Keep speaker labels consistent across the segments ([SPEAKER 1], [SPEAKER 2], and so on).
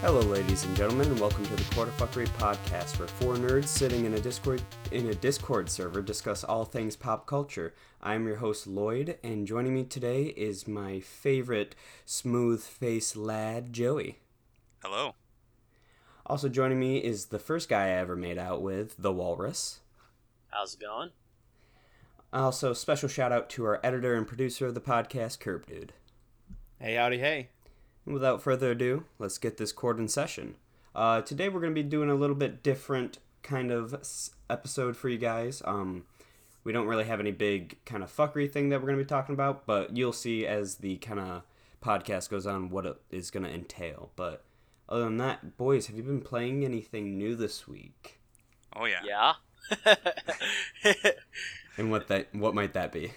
[SPEAKER 1] Hello, ladies and gentlemen, and welcome to the Quarterfuckery podcast, where four nerds sitting in a Discord in a Discord server discuss all things pop culture. I'm your host Lloyd, and joining me today is my favorite smooth face lad, Joey.
[SPEAKER 2] Hello.
[SPEAKER 1] Also joining me is the first guy I ever made out with, the Walrus.
[SPEAKER 3] How's it going?
[SPEAKER 1] Also, special shout out to our editor and producer of the podcast, Curb Dude.
[SPEAKER 4] Hey, howdy, hey.
[SPEAKER 1] Without further ado, let's get this chord in session. Uh, today we're going to be doing a little bit different kind of s- episode for you guys. Um, we don't really have any big kind of fuckery thing that we're going to be talking about, but you'll see as the kind of podcast goes on what it is going to entail. But other than that, boys, have you been playing anything new this week?
[SPEAKER 2] Oh yeah.
[SPEAKER 3] Yeah.
[SPEAKER 1] And what that what might that be?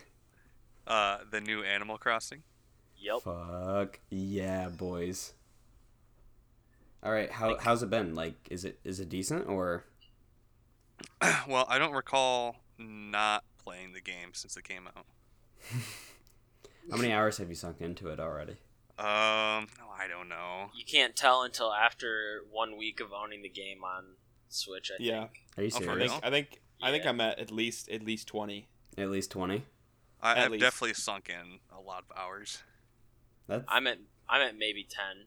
[SPEAKER 2] Uh, the new Animal Crossing.
[SPEAKER 3] yep.
[SPEAKER 1] Fuck yeah, boys. All right, how how's it been? Like, is it is it decent or?
[SPEAKER 2] well, I don't recall not playing the game since it came out.
[SPEAKER 1] How many hours have you sunk into it already?
[SPEAKER 2] Um, no, I don't know.
[SPEAKER 3] You can't tell until after one week of owning the game on Switch. I
[SPEAKER 4] Yeah,
[SPEAKER 3] think.
[SPEAKER 1] Are you
[SPEAKER 2] Oh, for
[SPEAKER 4] I
[SPEAKER 1] serious?
[SPEAKER 4] think
[SPEAKER 2] real?
[SPEAKER 4] I think I think
[SPEAKER 3] Yeah.
[SPEAKER 4] I'm at at least at least twenty.
[SPEAKER 1] At least twenty.
[SPEAKER 2] I,
[SPEAKER 4] At
[SPEAKER 2] I've
[SPEAKER 4] least.
[SPEAKER 2] definitely sunk in a lot of hours.
[SPEAKER 1] That's.
[SPEAKER 3] I'm at I'm at maybe ten.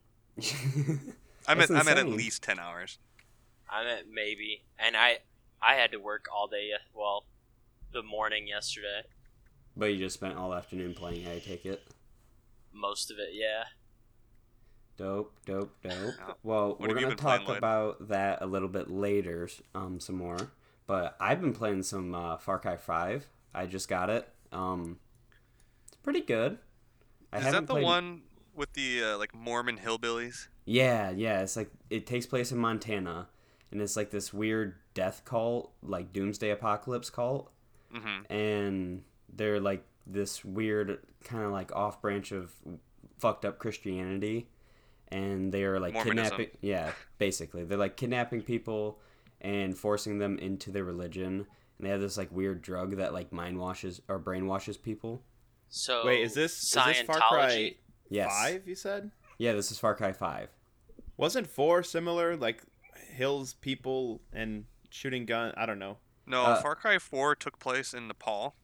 [SPEAKER 2] I'm at
[SPEAKER 1] That's
[SPEAKER 2] I'm at at
[SPEAKER 1] insane.
[SPEAKER 2] least ten hours.
[SPEAKER 3] I'm at maybe, and I I had to work all day. yes- Well, the morning yesterday,
[SPEAKER 1] but you just spent all afternoon playing. I take it.
[SPEAKER 3] most of it. Yeah.
[SPEAKER 1] Dope, dope, dope.
[SPEAKER 2] Oh.
[SPEAKER 1] Well,
[SPEAKER 2] What
[SPEAKER 1] we're
[SPEAKER 2] have you
[SPEAKER 1] gonna
[SPEAKER 2] been playing,
[SPEAKER 1] talk
[SPEAKER 2] Lloyd?
[SPEAKER 1] about that a little bit later, um, some more. But I've been playing some uh, Far Cry Five. I just got it. Um, it's pretty good. I
[SPEAKER 2] Is
[SPEAKER 1] haven't
[SPEAKER 2] that the
[SPEAKER 1] played-
[SPEAKER 2] one with the uh, like Mormon hillbillies?
[SPEAKER 1] Yeah, yeah. It's like it takes place in Montana, and it's like this weird death cult, like doomsday apocalypse cult,
[SPEAKER 2] Mm-hmm.
[SPEAKER 1] and they're like this weird kind of like off branch of fucked up Christianity, and they are like
[SPEAKER 2] Mormonism.
[SPEAKER 1] kidnapping. Yeah, basically, they're like kidnapping people and forcing them into their religion. And they have this like weird drug that like mind washes or brainwashes people.
[SPEAKER 3] So
[SPEAKER 4] Wait, is this is
[SPEAKER 3] Scientology?
[SPEAKER 4] this Far Cry
[SPEAKER 1] Yes.
[SPEAKER 4] Five? You said
[SPEAKER 1] Yeah, this is Far Cry Five.
[SPEAKER 4] wasn't four similar? Like hills, people, and shooting gun. I don't know.
[SPEAKER 2] No,
[SPEAKER 1] Uh,
[SPEAKER 2] Far Cry Four took place in Nepal.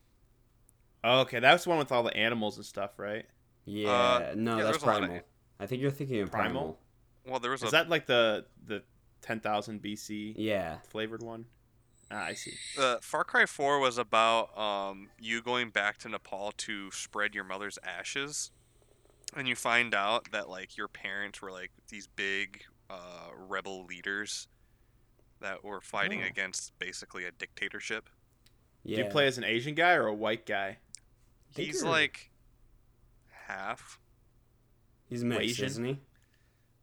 [SPEAKER 4] Oh, okay, that's the one with all the animals and stuff, right?
[SPEAKER 1] Yeah, no,
[SPEAKER 2] yeah,
[SPEAKER 1] that's
[SPEAKER 2] there's a lot of-
[SPEAKER 1] Primal. I think you're thinking of
[SPEAKER 4] Primal?
[SPEAKER 1] Primal.
[SPEAKER 2] Well, there was a
[SPEAKER 4] Is that like the the ten thousand BC
[SPEAKER 1] Yeah.
[SPEAKER 4] flavored one? Ah, I see.
[SPEAKER 2] uh, Far Cry Four was about um, you going back to Nepal to spread your mother's ashes, and you find out that like your parents were like these big uh, rebel leaders that were fighting
[SPEAKER 1] Oh.
[SPEAKER 2] against basically a dictatorship.
[SPEAKER 1] Yeah.
[SPEAKER 4] Do you play as an Asian guy or a white guy?
[SPEAKER 1] think
[SPEAKER 2] He's
[SPEAKER 1] you're-
[SPEAKER 2] like half
[SPEAKER 1] He's mixed,
[SPEAKER 4] Asian?
[SPEAKER 1] isn't he?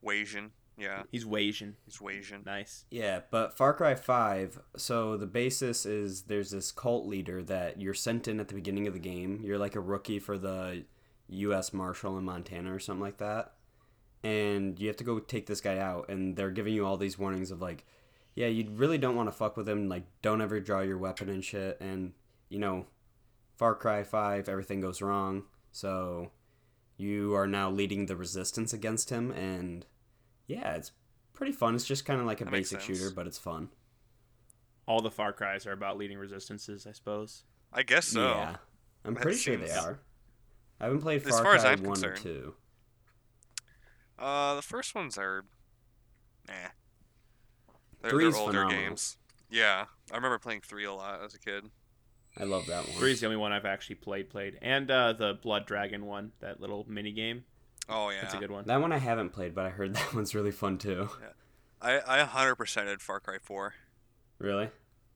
[SPEAKER 2] Asian. Yeah,
[SPEAKER 4] He's Asian.
[SPEAKER 2] he's Asian.
[SPEAKER 4] Nice.
[SPEAKER 1] Yeah, but Far Cry 5, so the basis is there's this cult leader that you're sent in at the beginning of the game. You're like a rookie for the U.S. Marshal in Montana or something like that. And you have to go take this guy out, and they're giving you all these warnings of like, yeah, you really don't want to fuck with him. Like, don't ever draw your weapon and shit. And, you know, Far Cry 5, everything goes wrong. So you are now leading the resistance against him, and yeah, it's pretty fun. It's just kind of like a
[SPEAKER 2] That makes
[SPEAKER 1] basic
[SPEAKER 2] sense.
[SPEAKER 1] shooter, but it's fun.
[SPEAKER 4] All the Far Cries are about leading resistances, I suppose.
[SPEAKER 2] I guess so.
[SPEAKER 1] yeah, I'm
[SPEAKER 2] that
[SPEAKER 1] pretty sure they
[SPEAKER 2] seems-
[SPEAKER 1] are. I haven't played
[SPEAKER 2] As
[SPEAKER 1] Far
[SPEAKER 2] far as
[SPEAKER 1] Cry
[SPEAKER 2] I'm
[SPEAKER 1] one or
[SPEAKER 2] concerned.
[SPEAKER 1] two.
[SPEAKER 2] Uh, the first ones are, eh. They're, they're
[SPEAKER 1] Three's
[SPEAKER 2] older
[SPEAKER 1] phenomenal.
[SPEAKER 2] games. Yeah, I remember playing three a lot as a kid.
[SPEAKER 1] I love that one.
[SPEAKER 4] Three's the only one I've actually played, played, and uh, the Blood Dragon one, that little mini game.
[SPEAKER 2] Oh yeah,
[SPEAKER 4] That's a good one.
[SPEAKER 1] That one I haven't played, but I heard that one's really fun too.
[SPEAKER 2] I I hundred percented Far Cry Four.
[SPEAKER 1] Really?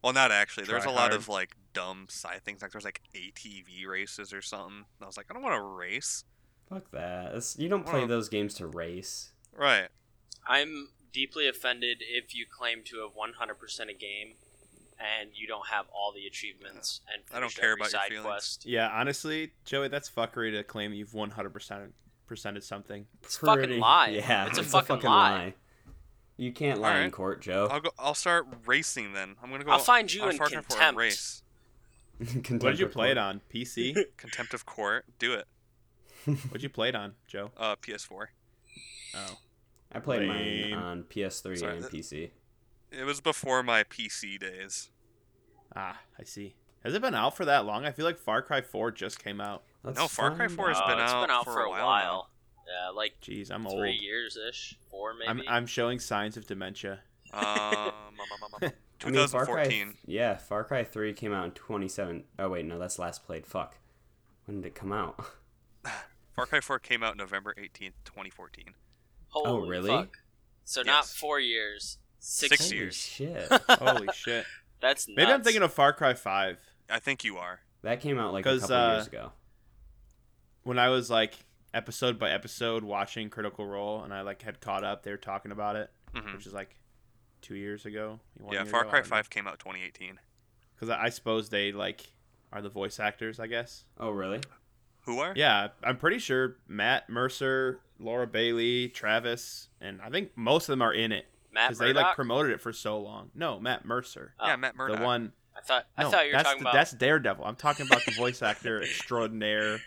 [SPEAKER 2] Well, not actually. There's a
[SPEAKER 4] Try
[SPEAKER 2] lot
[SPEAKER 4] hard.
[SPEAKER 2] of like dumb side things. Like there's like ATV races or something. And I was like, I don't want to race.
[SPEAKER 1] Fuck that. It's- you don't play
[SPEAKER 2] Well-
[SPEAKER 1] those games to race.
[SPEAKER 2] Right.
[SPEAKER 3] I'm deeply offended if you claim to have 100% a game and you don't have all the achievements and
[SPEAKER 2] I don't
[SPEAKER 3] finished
[SPEAKER 2] care
[SPEAKER 3] every
[SPEAKER 2] about your
[SPEAKER 3] side
[SPEAKER 2] feelings.
[SPEAKER 3] quest.
[SPEAKER 4] Yeah, honestly, Joey, that's fuckery to claim you've 100% percented something.
[SPEAKER 3] It's a fucking lie.
[SPEAKER 1] Yeah,
[SPEAKER 3] It's a fucking
[SPEAKER 1] lie.
[SPEAKER 3] lie.
[SPEAKER 1] You can't lie in
[SPEAKER 2] Alright.
[SPEAKER 1] court, Joe.
[SPEAKER 2] I'll go. I'll start racing then. I'm gonna go.
[SPEAKER 3] I'll find you
[SPEAKER 2] on
[SPEAKER 3] in
[SPEAKER 2] Far Cry 4 and
[SPEAKER 3] contempt.
[SPEAKER 2] Race
[SPEAKER 4] What did you play it on? PC?
[SPEAKER 2] contempt of court. Do it.
[SPEAKER 4] What'd you play it on, Joe?
[SPEAKER 2] Uh, PS4.
[SPEAKER 4] Oh.
[SPEAKER 1] I played mine
[SPEAKER 5] Lame.
[SPEAKER 1] on PS3
[SPEAKER 2] Sorry,
[SPEAKER 1] and
[SPEAKER 2] that-
[SPEAKER 1] PC.
[SPEAKER 2] It was before my PC days.
[SPEAKER 5] Ah, I see. Has it been out for that long? I feel like Far Cry 4 just came out.
[SPEAKER 1] Let's
[SPEAKER 2] No, Far Cry
[SPEAKER 1] find
[SPEAKER 2] 4 has
[SPEAKER 1] out.
[SPEAKER 2] been
[SPEAKER 3] Uh, it's
[SPEAKER 2] out
[SPEAKER 3] been out
[SPEAKER 2] for
[SPEAKER 3] for,
[SPEAKER 2] a
[SPEAKER 3] a
[SPEAKER 2] while now.
[SPEAKER 3] while. Yeah, like
[SPEAKER 5] Jeez, I'm old.
[SPEAKER 3] three years ish, four maybe.
[SPEAKER 5] I'm I'm showing signs of dementia.
[SPEAKER 2] Um, um, um, um, um,
[SPEAKER 1] I mean, Far Cry-
[SPEAKER 2] 2014.
[SPEAKER 1] yeah, Far Cry 3 came out in 27. Oh, wait, no, that's last played. Fuck. When did it come out?
[SPEAKER 2] Far Cry 4 came out November 18th, 2014.
[SPEAKER 3] Holy
[SPEAKER 1] Oh, really?
[SPEAKER 3] fuck. So not
[SPEAKER 2] Yes.
[SPEAKER 3] four years, six,
[SPEAKER 2] Six
[SPEAKER 1] Holy
[SPEAKER 2] years.
[SPEAKER 1] shit.
[SPEAKER 5] Holy shit.
[SPEAKER 3] That's
[SPEAKER 5] Maybe I'm
[SPEAKER 3] nuts.
[SPEAKER 5] thinking of Far Cry 5.
[SPEAKER 2] I think you are.
[SPEAKER 1] That came out like a
[SPEAKER 5] 'Cause,
[SPEAKER 1] couple
[SPEAKER 5] uh,
[SPEAKER 1] years ago.
[SPEAKER 5] When I was like episode by episode watching Critical Role and I like had caught up, they were talking about it,
[SPEAKER 2] hmm
[SPEAKER 5] which is like 2 years ago.
[SPEAKER 2] Yeah, Far Cry 5 came out 2018.
[SPEAKER 5] Cuz I, I suppose they like are the voice actors, I guess.
[SPEAKER 1] Oh, really?
[SPEAKER 2] Who are?
[SPEAKER 5] Yeah, I'm pretty sure Matt Mercer, Laura Bailey, Travis, and I think most of them are in it
[SPEAKER 3] Matt
[SPEAKER 5] because they like
[SPEAKER 3] Murdock?
[SPEAKER 5] promoted it for so long. No, Matt Mercer,
[SPEAKER 3] Oh,
[SPEAKER 2] Yeah, Matt Murdock.
[SPEAKER 5] the one.
[SPEAKER 3] I thought I
[SPEAKER 5] No,
[SPEAKER 3] thought you were
[SPEAKER 5] that's
[SPEAKER 3] talking
[SPEAKER 5] the-
[SPEAKER 3] about
[SPEAKER 5] that's Daredevil. I'm talking about the voice actor extraordinaire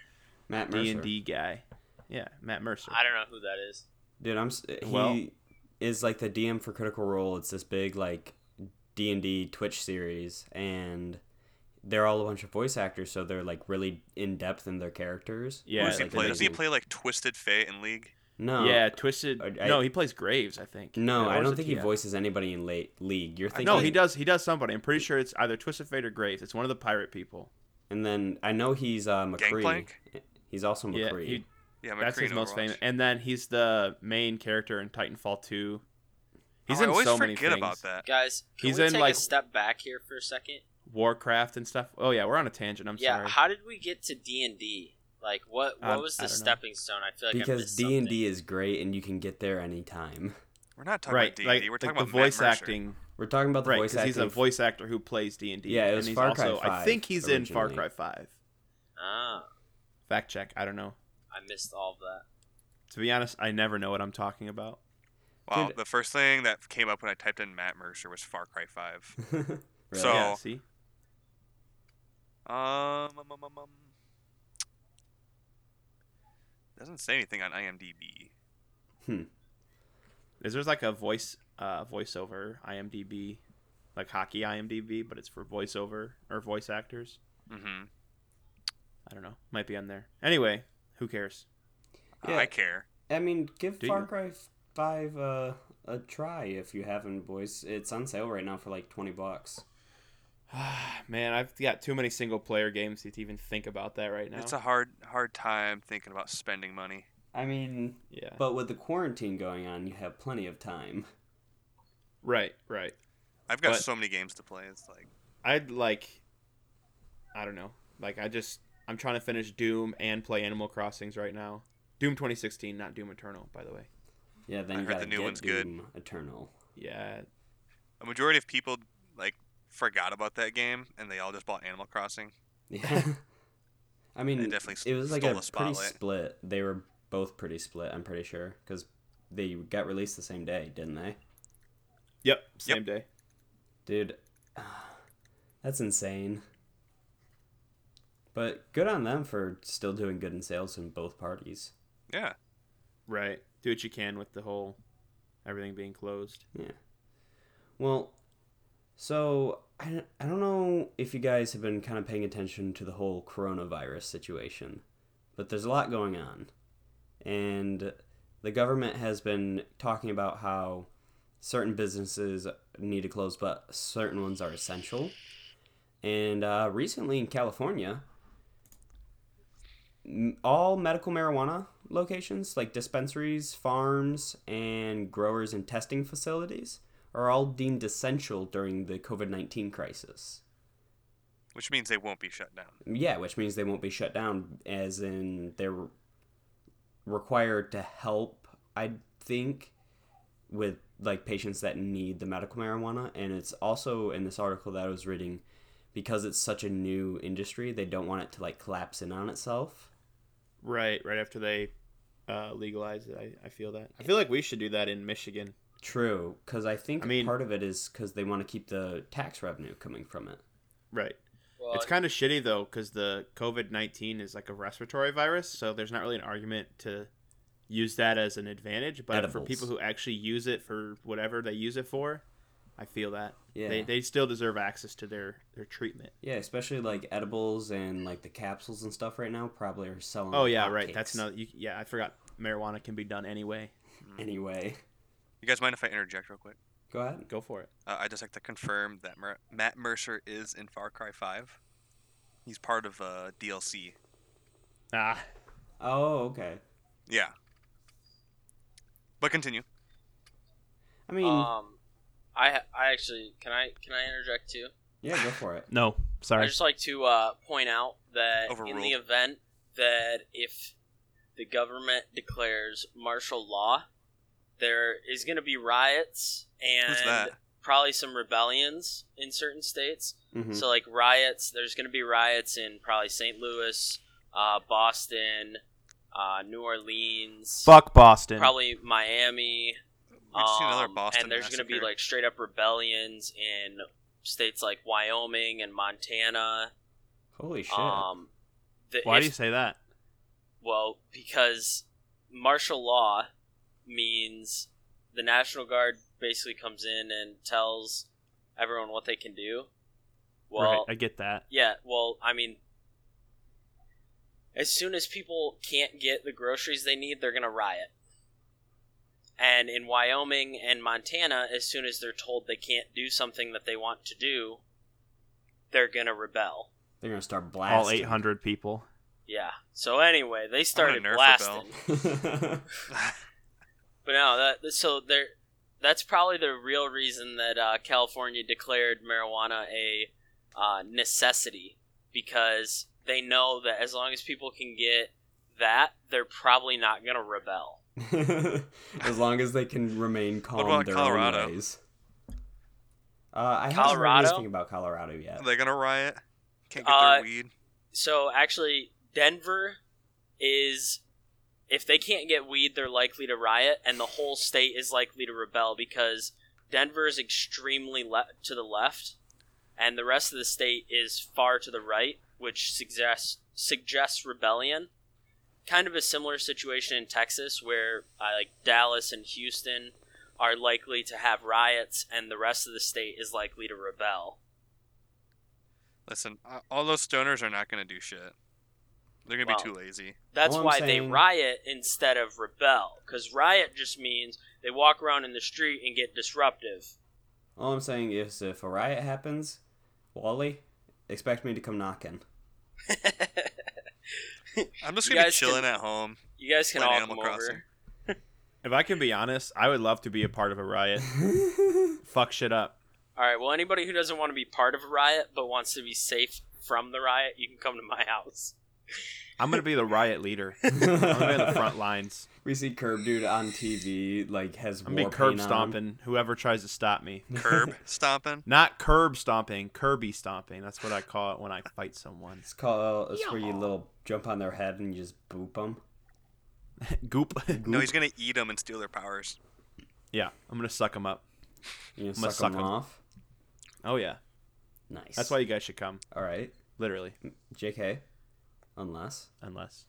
[SPEAKER 1] Matt
[SPEAKER 5] D
[SPEAKER 1] Mercer.
[SPEAKER 5] and D guy. Yeah, Matt Mercer.
[SPEAKER 3] I don't know who that is.
[SPEAKER 1] Dude, I'm s- he
[SPEAKER 5] Well-
[SPEAKER 1] is like the DM for Critical Role. It's this big like D and D Twitch series, and they're all a bunch of voice actors, so they're like really in depth in their characters.
[SPEAKER 5] Yeah,
[SPEAKER 2] Does he
[SPEAKER 1] like,
[SPEAKER 2] play? Does he
[SPEAKER 1] amazing.
[SPEAKER 2] play like Twisted Fate in League?
[SPEAKER 1] No.
[SPEAKER 5] yeah, Twisted.
[SPEAKER 1] I- I-
[SPEAKER 5] no, he plays Graves, I think.
[SPEAKER 1] No,
[SPEAKER 5] Or
[SPEAKER 1] I
[SPEAKER 5] is
[SPEAKER 1] don't
[SPEAKER 5] it
[SPEAKER 1] think he
[SPEAKER 5] TF?
[SPEAKER 1] voices anybody in late League. You're thinking.
[SPEAKER 5] No, he does. He does somebody. I'm pretty sure it's either Twisted Fate or Graves. It's one of the pirate people.
[SPEAKER 1] And then I know he's uh, McCree.
[SPEAKER 2] Gangplank?
[SPEAKER 1] He's also
[SPEAKER 5] Yeah,
[SPEAKER 1] McCree.
[SPEAKER 5] he-
[SPEAKER 2] Yeah,
[SPEAKER 5] that's
[SPEAKER 2] McCree
[SPEAKER 5] his
[SPEAKER 2] in
[SPEAKER 5] most
[SPEAKER 2] Overwatch. Oh,
[SPEAKER 5] famous. And then he's the main character in Titanfall 2. He's
[SPEAKER 2] oh,
[SPEAKER 5] in
[SPEAKER 2] I always
[SPEAKER 5] so many
[SPEAKER 2] forget
[SPEAKER 5] things.
[SPEAKER 2] about that.
[SPEAKER 3] Guys, can
[SPEAKER 5] He's
[SPEAKER 3] we
[SPEAKER 5] in,
[SPEAKER 3] take
[SPEAKER 5] like-
[SPEAKER 3] a step back here for a second?
[SPEAKER 5] Warcraft and stuff. Oh yeah, we're on a tangent. I'm
[SPEAKER 3] yeah,
[SPEAKER 5] sorry.
[SPEAKER 3] how did we get to D and D? Like, what what
[SPEAKER 5] Um,
[SPEAKER 3] was
[SPEAKER 5] I
[SPEAKER 3] the
[SPEAKER 5] don't know.
[SPEAKER 3] stepping stone? I feel like I
[SPEAKER 1] because
[SPEAKER 3] missed
[SPEAKER 1] D and
[SPEAKER 3] something.
[SPEAKER 1] D is great, and you can get there anytime.
[SPEAKER 2] We're not talking
[SPEAKER 5] right,
[SPEAKER 2] about D&D.
[SPEAKER 5] like,
[SPEAKER 2] We're
[SPEAKER 5] like
[SPEAKER 2] talking
[SPEAKER 5] the
[SPEAKER 2] about Matt
[SPEAKER 5] voice
[SPEAKER 2] Mercer.
[SPEAKER 5] acting.
[SPEAKER 1] We're talking about the
[SPEAKER 5] Right,
[SPEAKER 1] voice
[SPEAKER 5] because
[SPEAKER 1] acting.
[SPEAKER 5] he's a
[SPEAKER 1] f-
[SPEAKER 5] voice actor who plays D and D.
[SPEAKER 1] Yeah, it was
[SPEAKER 5] and he's
[SPEAKER 1] Far Cry
[SPEAKER 5] also, I
[SPEAKER 1] 5
[SPEAKER 5] think he's in Far Cry
[SPEAKER 1] originally.
[SPEAKER 5] Five.
[SPEAKER 3] Ah,
[SPEAKER 5] Fact check. I don't know.
[SPEAKER 3] I missed all of that.
[SPEAKER 5] To be honest, I never know what I'm talking about.
[SPEAKER 2] Wow,
[SPEAKER 1] Dude.
[SPEAKER 2] the first thing that came up when I typed in Matt Mercer was Far Cry 5.
[SPEAKER 1] Really?
[SPEAKER 2] So-
[SPEAKER 5] yeah, see,
[SPEAKER 2] Um, um, um, um, um. Doesn't say anything on IMDb.
[SPEAKER 5] is there's like a voice, uh, voiceover IMDb, like hockey IMDb, but it's for voiceover or voice actors.
[SPEAKER 2] hmm
[SPEAKER 5] I don't know. Might be on there. Anyway, who cares?
[SPEAKER 1] Yeah.
[SPEAKER 2] I care.
[SPEAKER 1] I mean, give
[SPEAKER 5] Do
[SPEAKER 1] Far
[SPEAKER 5] you?
[SPEAKER 1] Cry f- Five uh, a try if you haven't, boys. It's on sale right now for like twenty bucks.
[SPEAKER 5] Man, I've got too many single player games to even think about that right now.
[SPEAKER 2] It's a hard, hard time thinking about spending money.
[SPEAKER 1] I mean,
[SPEAKER 5] yeah.
[SPEAKER 1] but with the quarantine going on, you have plenty of time.
[SPEAKER 5] Right, right.
[SPEAKER 2] I've got
[SPEAKER 5] But-
[SPEAKER 2] so many games to play. It's like
[SPEAKER 5] I'd like I don't know. Like I just I'm trying to finish Doom and play Animal Crossings right now. Doom 2016, not Doom Eternal, by the way.
[SPEAKER 1] Yeah, then
[SPEAKER 2] I
[SPEAKER 1] you
[SPEAKER 2] heard
[SPEAKER 1] gotta
[SPEAKER 2] the new
[SPEAKER 1] get
[SPEAKER 2] one's good.
[SPEAKER 1] Doom Eternal.
[SPEAKER 5] Yeah.
[SPEAKER 2] a majority of people like forgot about that game and they all just bought Animal Crossing.
[SPEAKER 1] Yeah. I mean,
[SPEAKER 2] They definitely s-
[SPEAKER 1] it was like
[SPEAKER 2] stole
[SPEAKER 1] a
[SPEAKER 2] the
[SPEAKER 1] pretty
[SPEAKER 2] spotlight.
[SPEAKER 1] split. They were both pretty split. I'm pretty sure because they got released the same day, didn't they?
[SPEAKER 5] Yep, same day.
[SPEAKER 1] Dude, that's insane. But good on them for still doing good in sales in both parties.
[SPEAKER 2] Yeah.
[SPEAKER 5] Right. Do what you can with the whole everything being closed.
[SPEAKER 1] Well, so I don't, I don't know if you guys have been kind of paying attention to the whole coronavirus situation, but there's a lot going on. And the government has been talking about how certain businesses need to close, but certain ones are essential. And uh, recently in California, m- all medical marijuana locations, like dispensaries, farms, and growers and testing facilities, are all deemed essential during the COVID 19 crisis.
[SPEAKER 2] Which means they won't be shut down.
[SPEAKER 1] Yeah, which means they won't be shut down, as in they're required to help, I think, with like patients that need the medical marijuana. And it's also in this article that I was reading because it's such a new industry, they don't want it to like collapse in on itself.
[SPEAKER 5] Right, right after they uh, legalize it. I, I feel that. I feel like we should do that in Michigan.
[SPEAKER 1] True, because I think
[SPEAKER 5] I mean-
[SPEAKER 1] part of it is because they want to keep the tax revenue coming from it.
[SPEAKER 5] Right.
[SPEAKER 3] Well,
[SPEAKER 5] It's kind of shitty though, because the COVID nineteen is like a respiratory virus, so there's not really an argument to use that as an advantage, but for
[SPEAKER 1] Edibles.
[SPEAKER 5] people who actually use it for whatever they use it for, I feel that
[SPEAKER 1] Yeah.
[SPEAKER 5] they, they still deserve access to their their treatment.
[SPEAKER 1] Yeah, especially like edibles and like the capsules and stuff right now probably are selling.
[SPEAKER 5] oh
[SPEAKER 1] like
[SPEAKER 5] yeah, right. That's
[SPEAKER 1] hotcakes.
[SPEAKER 5] another. You, yeah, I forgot marijuana can be done anyway.
[SPEAKER 1] Anyway,
[SPEAKER 2] You guys mind if I interject real quick?
[SPEAKER 1] go ahead.
[SPEAKER 5] Go for it.
[SPEAKER 2] Uh, I just like to confirm that Mer- Matt Mercer is in Far Cry 5. He's part of uh, DLC.
[SPEAKER 5] Ah,
[SPEAKER 1] Oh, okay.
[SPEAKER 2] Yeah. But continue.
[SPEAKER 1] I mean,
[SPEAKER 3] um, I I actually can I can I interject too?
[SPEAKER 1] yeah, go for it.
[SPEAKER 5] no,
[SPEAKER 3] I
[SPEAKER 5] sorry.
[SPEAKER 3] just like to uh, point out that in the
[SPEAKER 2] Overruled.
[SPEAKER 3] event that if the government declares martial law, there is going to be riots
[SPEAKER 2] Who's
[SPEAKER 3] and
[SPEAKER 2] that?
[SPEAKER 3] probably some rebellions in certain states.
[SPEAKER 2] Hmm.
[SPEAKER 1] Mhm.
[SPEAKER 3] So like riots, there's going to be riots in probably St. Louis, uh, Boston, uh, New Orleans,
[SPEAKER 5] Fuck Boston.
[SPEAKER 3] probably Miami.
[SPEAKER 2] We just seen another
[SPEAKER 3] Um,
[SPEAKER 2] Boston
[SPEAKER 3] and there's going to be
[SPEAKER 2] massacre.
[SPEAKER 3] like straight up rebellions in states like Wyoming and Montana.
[SPEAKER 1] Holy shit.
[SPEAKER 3] Um, the,
[SPEAKER 5] Why
[SPEAKER 3] if-
[SPEAKER 5] do you say that?
[SPEAKER 3] Well, because martial law means the National Guard basically comes in and tells everyone what they can do. Well,
[SPEAKER 5] right, I get that.
[SPEAKER 3] yeah, well, I mean, as soon as people can't get the groceries they need, they're going to riot. And in Wyoming and Montana, as soon as they're told they can't do something that they want to do, they're going to rebel.
[SPEAKER 1] They're gonna start blasting.
[SPEAKER 5] All 800 people.
[SPEAKER 3] Yeah. So anyway, they started
[SPEAKER 2] nerf
[SPEAKER 3] blasting.
[SPEAKER 2] rebel.
[SPEAKER 3] But no, that so there. That's probably the real reason that uh, California declared marijuana a uh, necessity because they know that as long as people can get that, they're probably not going to rebel.
[SPEAKER 1] as long as they can remain calm.
[SPEAKER 2] about
[SPEAKER 1] their
[SPEAKER 2] Colorado?
[SPEAKER 1] Own ways. Uh, I haven't heard
[SPEAKER 3] Colorado?
[SPEAKER 1] anything about Colorado yet.
[SPEAKER 2] Are they going to riot? Can't get
[SPEAKER 3] Uh,
[SPEAKER 2] their weed?
[SPEAKER 3] So actually, Denver is if they can't get weed, they're likely to riot, and the whole state is likely to rebel because Denver is extremely le- to the left, and the rest of the state is far to the right, which suggests suggests rebellion. Kind of a similar situation in Texas, where uh, like Dallas and Houston are likely to have riots, and the rest of the state is likely to rebel.
[SPEAKER 2] Listen, uh, all those stoners are not going to do shit. They're going to
[SPEAKER 3] Well,
[SPEAKER 2] be too lazy.
[SPEAKER 3] That's
[SPEAKER 1] All I'm
[SPEAKER 3] why they
[SPEAKER 1] saying-
[SPEAKER 3] riot instead of rebel. Because riot just means they walk around in the street and get disruptive.
[SPEAKER 1] All I'm saying is, if a riot happens, Wally, expect me to come knocking.
[SPEAKER 2] I'm just
[SPEAKER 3] You
[SPEAKER 2] going to be
[SPEAKER 3] guys can-
[SPEAKER 2] chilling at home.
[SPEAKER 3] You guys can
[SPEAKER 2] Playing
[SPEAKER 3] all
[SPEAKER 2] Animal
[SPEAKER 3] come
[SPEAKER 2] Crossing.
[SPEAKER 3] over.
[SPEAKER 5] If I can be honest, I would love to be a part of a riot. Fuck shit up.
[SPEAKER 3] All right. Well, anybody who doesn't want to be part of a riot but wants to be safe from the riot, you can come to my house.
[SPEAKER 5] I'm gonna be the riot leader. I'm gonna be in the front lines.
[SPEAKER 1] we see Curb Dude on TV, like has.
[SPEAKER 5] I'm gonna
[SPEAKER 1] war
[SPEAKER 5] be curb
[SPEAKER 1] paint on.
[SPEAKER 5] stomping whoever tries to stop me.
[SPEAKER 2] Curb stomping.
[SPEAKER 5] Not curb stomping, Kirby stomping. That's what I call it when I fight someone.
[SPEAKER 1] It's called. It's where you little jump on their head and you just boop them.
[SPEAKER 5] Goop.
[SPEAKER 2] No, he's going to eat them and steal their powers.
[SPEAKER 5] yeah, I'm gonna suck him up.
[SPEAKER 1] You
[SPEAKER 5] gonna
[SPEAKER 1] suck, suck 'em
[SPEAKER 5] suck 'em.
[SPEAKER 1] off.
[SPEAKER 5] Oh yeah,
[SPEAKER 1] Nice.
[SPEAKER 5] that's why you guys should come.
[SPEAKER 1] All right,
[SPEAKER 5] Literally,
[SPEAKER 1] J.K. Unless
[SPEAKER 5] unless.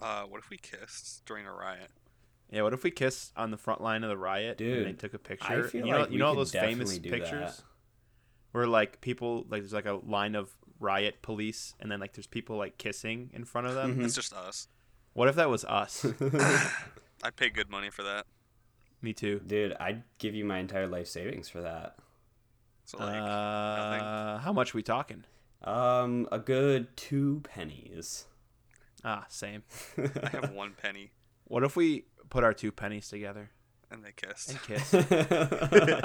[SPEAKER 2] Uh, what if we kissed during a riot?
[SPEAKER 5] Yeah, what if we kissed on the front line of the riot
[SPEAKER 1] Dude,
[SPEAKER 5] and they took a picture?
[SPEAKER 1] I feel
[SPEAKER 5] you know,
[SPEAKER 1] like
[SPEAKER 5] you
[SPEAKER 1] we
[SPEAKER 5] know all
[SPEAKER 1] could
[SPEAKER 5] those famous
[SPEAKER 1] definitely do
[SPEAKER 5] pictures
[SPEAKER 1] that.
[SPEAKER 5] where like people like there's like a line of riot police and then like there's people like kissing in front of
[SPEAKER 1] Mm-hmm.
[SPEAKER 5] them.
[SPEAKER 2] It's just us.
[SPEAKER 5] what if that was us?
[SPEAKER 2] I'd pay good money for that.
[SPEAKER 5] Me too.
[SPEAKER 1] Dude, I'd give you my entire life savings for that.
[SPEAKER 2] So like,
[SPEAKER 5] uh, how much we talking?
[SPEAKER 1] Um, a good two pennies.
[SPEAKER 5] Ah, same.
[SPEAKER 2] I have one penny,
[SPEAKER 5] What if we put our two pennies together
[SPEAKER 2] and they kissed.
[SPEAKER 5] and kiss?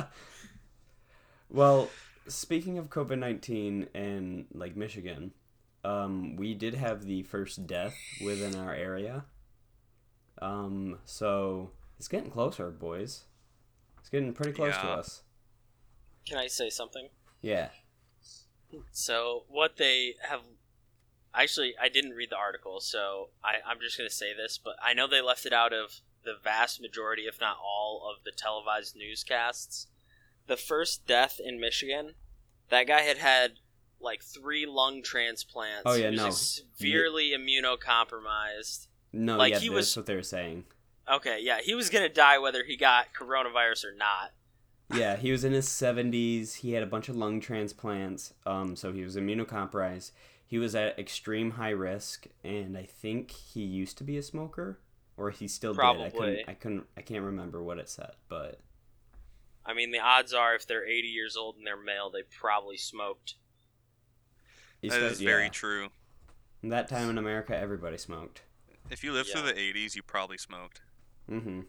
[SPEAKER 1] well, speaking of COVID nineteen and like Michigan, um, we did have the first death within our area. Um, so it's getting closer, boys. It's getting pretty close to
[SPEAKER 2] Yeah.
[SPEAKER 1] us.
[SPEAKER 3] Can I say something?
[SPEAKER 1] Yeah.
[SPEAKER 3] So what they have. Actually, I didn't read the article, so I, I'm just going to say this, but I know they left it out of the vast majority, if not all, of the televised newscasts. The first death in Michigan, that guy had had like three lung transplants.
[SPEAKER 1] Oh, yeah,
[SPEAKER 3] he was
[SPEAKER 1] no.
[SPEAKER 3] like, severely immunocompromised.
[SPEAKER 1] No,
[SPEAKER 3] Like,
[SPEAKER 1] yeah,
[SPEAKER 3] he
[SPEAKER 1] that's
[SPEAKER 3] was-
[SPEAKER 1] what they were saying.
[SPEAKER 3] Okay, yeah, he was gonna die whether he got coronavirus or not.
[SPEAKER 1] Yeah, he was in his 70s. He had a bunch of lung transplants, um, so he was immunocompromised. He was at extreme high risk, and I think he used to be a smoker, or he still did. I
[SPEAKER 3] Probably.
[SPEAKER 1] couldn't, I couldn't, I can't remember what it said, but
[SPEAKER 3] I mean, the odds are if they're 80 years old and they're male, they probably smoked.
[SPEAKER 1] he
[SPEAKER 2] that
[SPEAKER 1] said-
[SPEAKER 2] is very
[SPEAKER 1] yeah.
[SPEAKER 2] true.
[SPEAKER 1] In that time in America, everybody smoked.
[SPEAKER 2] If you lived
[SPEAKER 3] Yeah.
[SPEAKER 2] through the 80s, you probably smoked.
[SPEAKER 1] Mm-hmm.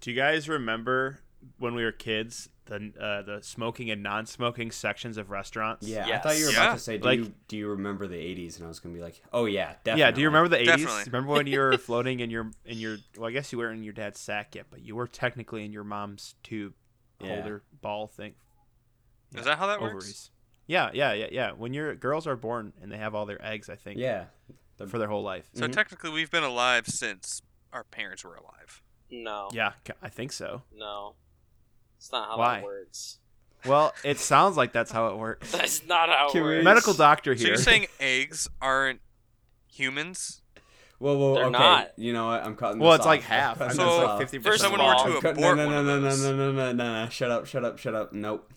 [SPEAKER 5] Do you guys remember when we were kids the uh, the smoking and non-smoking sections of restaurants?
[SPEAKER 1] Yeah, I
[SPEAKER 3] Yes.
[SPEAKER 1] thought you were
[SPEAKER 2] Yeah.
[SPEAKER 1] about to say, do
[SPEAKER 5] Like-
[SPEAKER 1] you do you remember the '80s? And I was gonna be like, oh yeah, definitely.
[SPEAKER 5] Yeah, do you remember the 80s?
[SPEAKER 2] Definitely.
[SPEAKER 5] Remember when you were floating in your in your well, I guess you weren't in your dad's sack yet, but you were technically in your mom's tube
[SPEAKER 1] Yeah.
[SPEAKER 5] holder ball thing. Yeah,
[SPEAKER 2] Is that how that works?
[SPEAKER 5] Ovaries. Yeah, yeah, yeah, yeah. When your girls are born and they have all their eggs, I think.
[SPEAKER 1] Yeah,
[SPEAKER 5] For their whole life.
[SPEAKER 2] So
[SPEAKER 1] Mhm.
[SPEAKER 2] technically, we've been alive since our parents were alive.
[SPEAKER 3] No,
[SPEAKER 5] Yeah, ca- I think so.
[SPEAKER 3] no, it's not how
[SPEAKER 5] Why?
[SPEAKER 3] that works.
[SPEAKER 5] Well, it sounds like that's how it works.
[SPEAKER 3] That's not how it
[SPEAKER 1] Can we-
[SPEAKER 3] works.
[SPEAKER 5] Medical doctor
[SPEAKER 2] So you're
[SPEAKER 5] here.
[SPEAKER 2] saying eggs aren't humans?
[SPEAKER 1] Well, well,
[SPEAKER 3] They're
[SPEAKER 1] okay.
[SPEAKER 3] not.
[SPEAKER 1] You know what? I'm cutting.
[SPEAKER 5] well,
[SPEAKER 1] this
[SPEAKER 5] it's like
[SPEAKER 1] off.
[SPEAKER 5] half. I
[SPEAKER 1] I'm
[SPEAKER 5] mean,
[SPEAKER 2] So,
[SPEAKER 1] cutting this
[SPEAKER 5] it's like
[SPEAKER 1] off.
[SPEAKER 5] fifty
[SPEAKER 2] First,
[SPEAKER 5] percent.
[SPEAKER 2] someone were
[SPEAKER 1] I'm
[SPEAKER 2] to
[SPEAKER 1] cutting-
[SPEAKER 2] abort
[SPEAKER 1] no, no,
[SPEAKER 2] one
[SPEAKER 1] no, no,
[SPEAKER 2] of
[SPEAKER 1] no,
[SPEAKER 2] those.
[SPEAKER 1] no, no, no, no, no. Shut up! Shut up! Shut up! Shut up! Nope.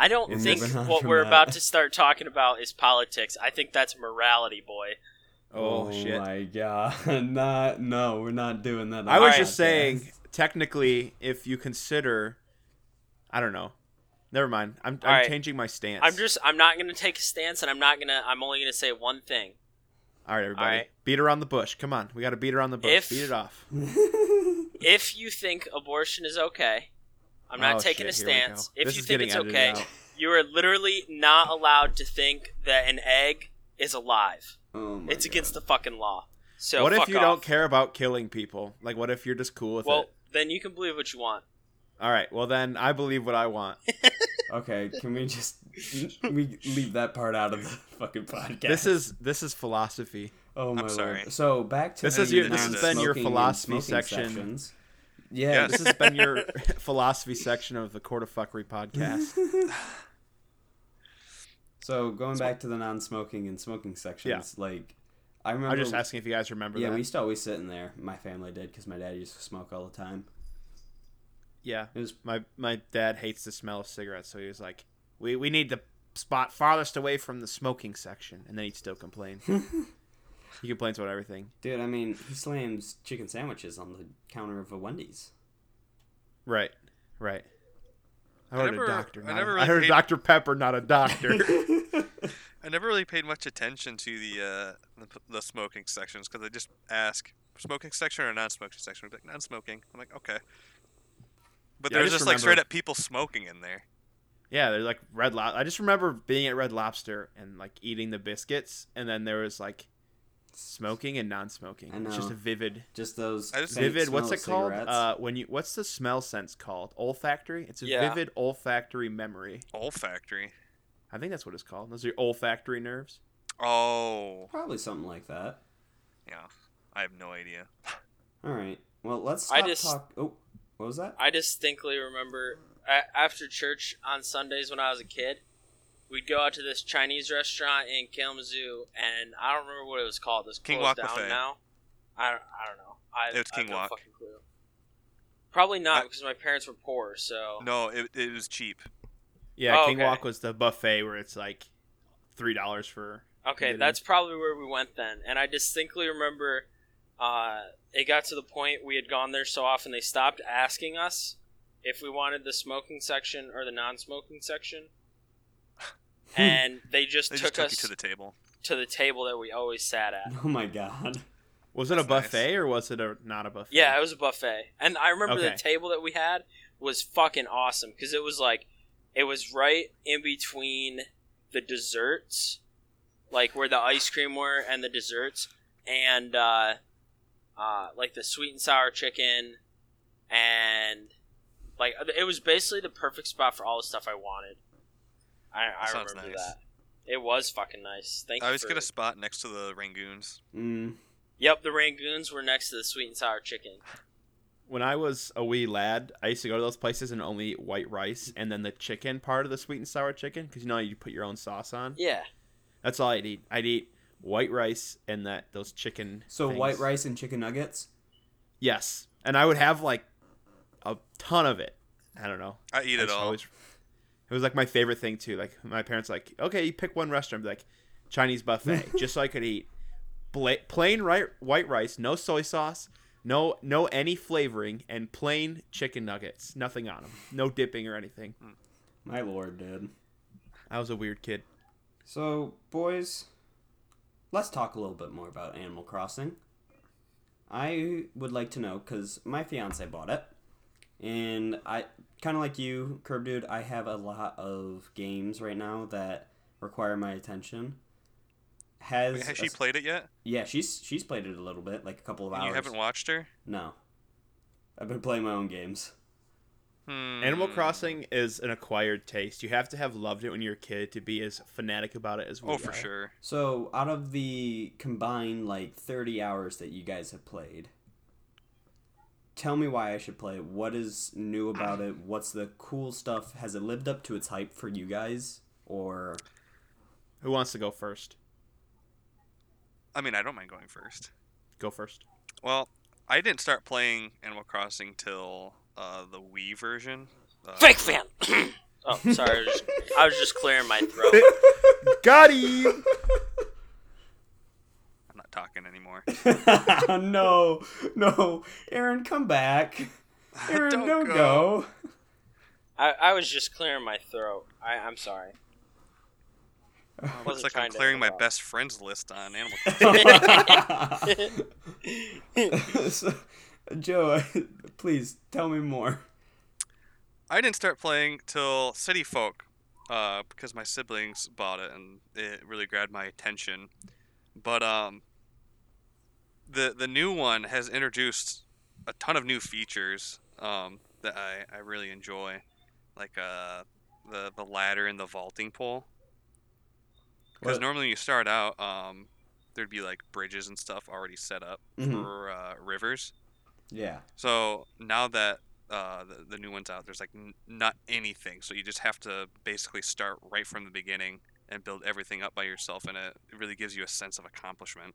[SPEAKER 3] I don't
[SPEAKER 1] We're
[SPEAKER 3] think
[SPEAKER 1] moving on
[SPEAKER 3] what
[SPEAKER 1] from
[SPEAKER 3] we're
[SPEAKER 1] that.
[SPEAKER 3] about to start talking about is politics. I think that's morality, boy.
[SPEAKER 5] Oh, shit!
[SPEAKER 1] my god! Not. No, we're not doing that. on
[SPEAKER 5] I was
[SPEAKER 1] the
[SPEAKER 5] just
[SPEAKER 1] podcast.
[SPEAKER 5] saying, technically, if you consider, I don't know. Never mind. I'm,
[SPEAKER 3] All
[SPEAKER 5] I'm
[SPEAKER 3] right.
[SPEAKER 5] changing my stance.
[SPEAKER 3] I'm just, I'm not gonna take a stance, and I'm not gonna, I'm only gonna say one thing.
[SPEAKER 5] all right, everybody.
[SPEAKER 3] right.
[SPEAKER 5] Beat around the bush. Come on, we got to beat around the bush.
[SPEAKER 3] If-
[SPEAKER 5] beat it off.
[SPEAKER 3] If you think abortion is okay, I'm not
[SPEAKER 5] Oh,
[SPEAKER 3] taking
[SPEAKER 5] shit,
[SPEAKER 3] a
[SPEAKER 5] here we go.
[SPEAKER 3] stance. If
[SPEAKER 5] This
[SPEAKER 3] you
[SPEAKER 5] is
[SPEAKER 3] think
[SPEAKER 5] getting
[SPEAKER 3] it's
[SPEAKER 5] edited
[SPEAKER 3] okay,
[SPEAKER 5] out.
[SPEAKER 3] you are literally not allowed to think that an egg is alive.
[SPEAKER 1] Oh my
[SPEAKER 3] It's against the fucking law. So
[SPEAKER 5] what if
[SPEAKER 3] fuck
[SPEAKER 5] you
[SPEAKER 3] off.
[SPEAKER 5] don't care about killing people? Like, what if you're just cool with
[SPEAKER 3] Well,
[SPEAKER 5] it?
[SPEAKER 3] then you can believe what you want.
[SPEAKER 5] All right. Well, then I believe what I want.
[SPEAKER 1] God. Okay, can we just we leave that part out of the fucking podcast?
[SPEAKER 5] This is this is philosophy.
[SPEAKER 1] Oh my
[SPEAKER 2] sorry.
[SPEAKER 1] lord! So back to
[SPEAKER 5] This
[SPEAKER 1] the
[SPEAKER 5] is your-
[SPEAKER 2] this has
[SPEAKER 1] non-smoking
[SPEAKER 2] been
[SPEAKER 5] your
[SPEAKER 1] and
[SPEAKER 5] philosophy
[SPEAKER 1] smoking
[SPEAKER 5] section.
[SPEAKER 1] Sections. Yeah,
[SPEAKER 2] Yes.
[SPEAKER 5] This has been your philosophy section of the Court of Fuckery podcast.
[SPEAKER 1] So going back to the non-smoking and smoking sections, like I remember.
[SPEAKER 5] I'm just asking if you guys remember
[SPEAKER 1] Yeah,
[SPEAKER 5] that.
[SPEAKER 1] we used to always sit in there. My family did because my dad used to smoke all the time.
[SPEAKER 5] yeah.
[SPEAKER 1] It was
[SPEAKER 5] My my dad hates the smell of cigarettes, so he was like, "We we need the spot farthest away from the smoking section," and then he'd still complain. he complains about everything.
[SPEAKER 1] dude. I mean, he slams chicken sandwiches on the counter of a Wendy's.
[SPEAKER 5] Right, right. I
[SPEAKER 2] I
[SPEAKER 5] heard a
[SPEAKER 2] never-
[SPEAKER 5] doctor.
[SPEAKER 2] I
[SPEAKER 5] Not
[SPEAKER 2] never
[SPEAKER 5] a,
[SPEAKER 2] really
[SPEAKER 5] I heard
[SPEAKER 2] paid-
[SPEAKER 5] Dr Pepper, not a doctor.
[SPEAKER 2] I never really paid much attention to the uh, the, the smoking sections because I just ask smoking section or non-smoking section. I'd be like non-smoking. I'm like okay. But
[SPEAKER 5] Yeah, I
[SPEAKER 2] there's
[SPEAKER 5] just
[SPEAKER 2] just, like
[SPEAKER 5] remember-
[SPEAKER 2] straight up people smoking in there.
[SPEAKER 5] yeah, they're like Red Lobster. I just remember being at Red Lobster and like eating the biscuits, and then there was like smoking and non-smoking.
[SPEAKER 1] I
[SPEAKER 5] It's just
[SPEAKER 1] know.
[SPEAKER 5] a vivid.
[SPEAKER 1] Just those
[SPEAKER 2] I just-
[SPEAKER 1] faint
[SPEAKER 5] vivid what's
[SPEAKER 1] smell
[SPEAKER 5] it
[SPEAKER 1] of
[SPEAKER 5] called
[SPEAKER 1] cigarettes.
[SPEAKER 5] uh when you what's the smell sense called olfactory it's a
[SPEAKER 3] Yeah.
[SPEAKER 5] vivid olfactory memory
[SPEAKER 2] Olfactory.
[SPEAKER 5] i think that's what it's called those are your olfactory nerves
[SPEAKER 2] Oh
[SPEAKER 1] Probably something like that.
[SPEAKER 2] yeah. I have no idea.
[SPEAKER 1] All right. Well, let's
[SPEAKER 3] I
[SPEAKER 1] stop
[SPEAKER 3] just-
[SPEAKER 1] talk. Oh, what was that?
[SPEAKER 3] I distinctly remember a- after church on Sundays when I was a kid, we'd go out to this Chinese restaurant in Kalamazoo, and I don't remember what it was called. It's
[SPEAKER 2] King
[SPEAKER 3] closed
[SPEAKER 2] Wok
[SPEAKER 3] down
[SPEAKER 2] Buffet.
[SPEAKER 3] now. I don't, I don't know. I,
[SPEAKER 2] It was
[SPEAKER 3] I
[SPEAKER 2] King
[SPEAKER 3] have no
[SPEAKER 2] Wok.
[SPEAKER 3] fucking clue. Probably
[SPEAKER 2] I-
[SPEAKER 3] not because my parents were poor. So
[SPEAKER 2] No, it, it was cheap.
[SPEAKER 5] yeah
[SPEAKER 3] Oh,
[SPEAKER 5] king
[SPEAKER 3] okay.
[SPEAKER 5] walk was the buffet where it's like three dollars for
[SPEAKER 3] Okay,
[SPEAKER 5] Dinner.
[SPEAKER 3] that's probably where we went then. And I distinctly remember uh, it got to the point we had gone there so often they stopped asking us if we wanted the smoking section or the non-smoking section. and they just
[SPEAKER 2] They
[SPEAKER 3] took
[SPEAKER 2] just took
[SPEAKER 3] us
[SPEAKER 2] you to the table.
[SPEAKER 3] table that we always sat at.
[SPEAKER 1] Oh my god.
[SPEAKER 5] was it a
[SPEAKER 2] That's nice.
[SPEAKER 5] buffet or was it a not a buffet
[SPEAKER 3] Yeah, it was a buffet. And I remember
[SPEAKER 5] Okay.
[SPEAKER 3] the table that we had was fucking awesome because it was like it was right in between the desserts, like where the ice cream were and the desserts, and uh, uh, like the sweet and sour chicken, and like uh, it was basically the perfect spot for all the stuff I wanted. I, I
[SPEAKER 2] sounds
[SPEAKER 3] remember
[SPEAKER 2] nice.
[SPEAKER 3] that. It was fucking nice. Thank
[SPEAKER 2] I
[SPEAKER 3] you.
[SPEAKER 2] always
[SPEAKER 3] for-
[SPEAKER 2] get a spot next to the Rangoons.
[SPEAKER 1] Mm,
[SPEAKER 3] Yep, the Rangoons were next to the sweet and sour chicken.
[SPEAKER 5] when i was a wee lad i used to go to those places and only eat white rice and then the chicken part of the sweet and sour chicken because you know you put your own sauce on
[SPEAKER 3] Yeah.
[SPEAKER 5] that's all i'd eat i'd eat white rice and that those chicken.
[SPEAKER 1] So
[SPEAKER 5] things.
[SPEAKER 1] white rice and chicken nuggets.
[SPEAKER 5] Yes, and I would have like a ton of it. I don't know.
[SPEAKER 2] I eat
[SPEAKER 5] I
[SPEAKER 2] it
[SPEAKER 5] just
[SPEAKER 2] all.
[SPEAKER 5] always- it was like my favorite thing too. Like my parents, like, okay, you pick one restaurant, like Chinese buffet, just so I could eat bla- plain ri- white rice, no soy sauce, no no any flavoring, and plain chicken nuggets, nothing on them, no dipping or anything.
[SPEAKER 1] My lord, dude.
[SPEAKER 5] I was a weird kid.
[SPEAKER 1] So, boys, let's talk a little bit more about Animal Crossing. I would like to know because my fiance bought it, and I kind of like you, Curb Dude. I have a lot of games right now that require my attention. Has,
[SPEAKER 2] Wait, has she
[SPEAKER 1] a-
[SPEAKER 2] played it yet?
[SPEAKER 1] Yeah, she's she's played it a little bit, like a couple of
[SPEAKER 2] And
[SPEAKER 1] hours.
[SPEAKER 2] you haven't watched her?
[SPEAKER 1] No, I've been playing my own games.
[SPEAKER 2] Hmm.
[SPEAKER 5] Animal Crossing is an acquired taste. You have to have loved it when you're a kid to be as fanatic about it as we
[SPEAKER 2] Oh, for
[SPEAKER 5] are.
[SPEAKER 2] sure.
[SPEAKER 1] So, out of the combined like 30 hours that you guys have played, tell me why I should play it. What is new about it? What's the cool stuff? Has it lived up to its hype for you guys? Or
[SPEAKER 5] Who wants to go first?
[SPEAKER 2] I mean, I don't mind going first.
[SPEAKER 5] Go first.
[SPEAKER 2] Well, I didn't start playing Animal Crossing till uh, the Wii version. Uh,
[SPEAKER 3] Fake fan. oh, sorry. I was, just, I was just clearing my throat.
[SPEAKER 5] Got you.
[SPEAKER 2] I'm not talking anymore.
[SPEAKER 1] no, no, Aaron, come back. Aaron, don't,
[SPEAKER 2] Don't
[SPEAKER 1] go.
[SPEAKER 2] go.
[SPEAKER 3] I, I was just clearing my throat. I, I'm sorry. I
[SPEAKER 2] Looks
[SPEAKER 3] wasn't
[SPEAKER 2] like I'm
[SPEAKER 3] trying to
[SPEAKER 2] clearing my
[SPEAKER 3] interrupt.
[SPEAKER 2] best friends list on Animal Crossing.
[SPEAKER 1] So, Joe, please tell me more.
[SPEAKER 2] I didn't start playing till City Folk, uh, because my siblings bought it and it really grabbed my attention. But um, the the new one has introduced a ton of new features um, that I, I really enjoy, like uh, the the ladder and the vaulting pole. Because
[SPEAKER 1] What-
[SPEAKER 2] normally when you start out, um, there'd be like bridges and stuff already set up
[SPEAKER 1] Mhm.
[SPEAKER 2] for uh, rivers.
[SPEAKER 1] Yeah.
[SPEAKER 2] So now that uh, the, the new one's out, there's like n- not anything. So you just have to basically start right from the beginning and build everything up by yourself, and it it really gives you a sense of accomplishment.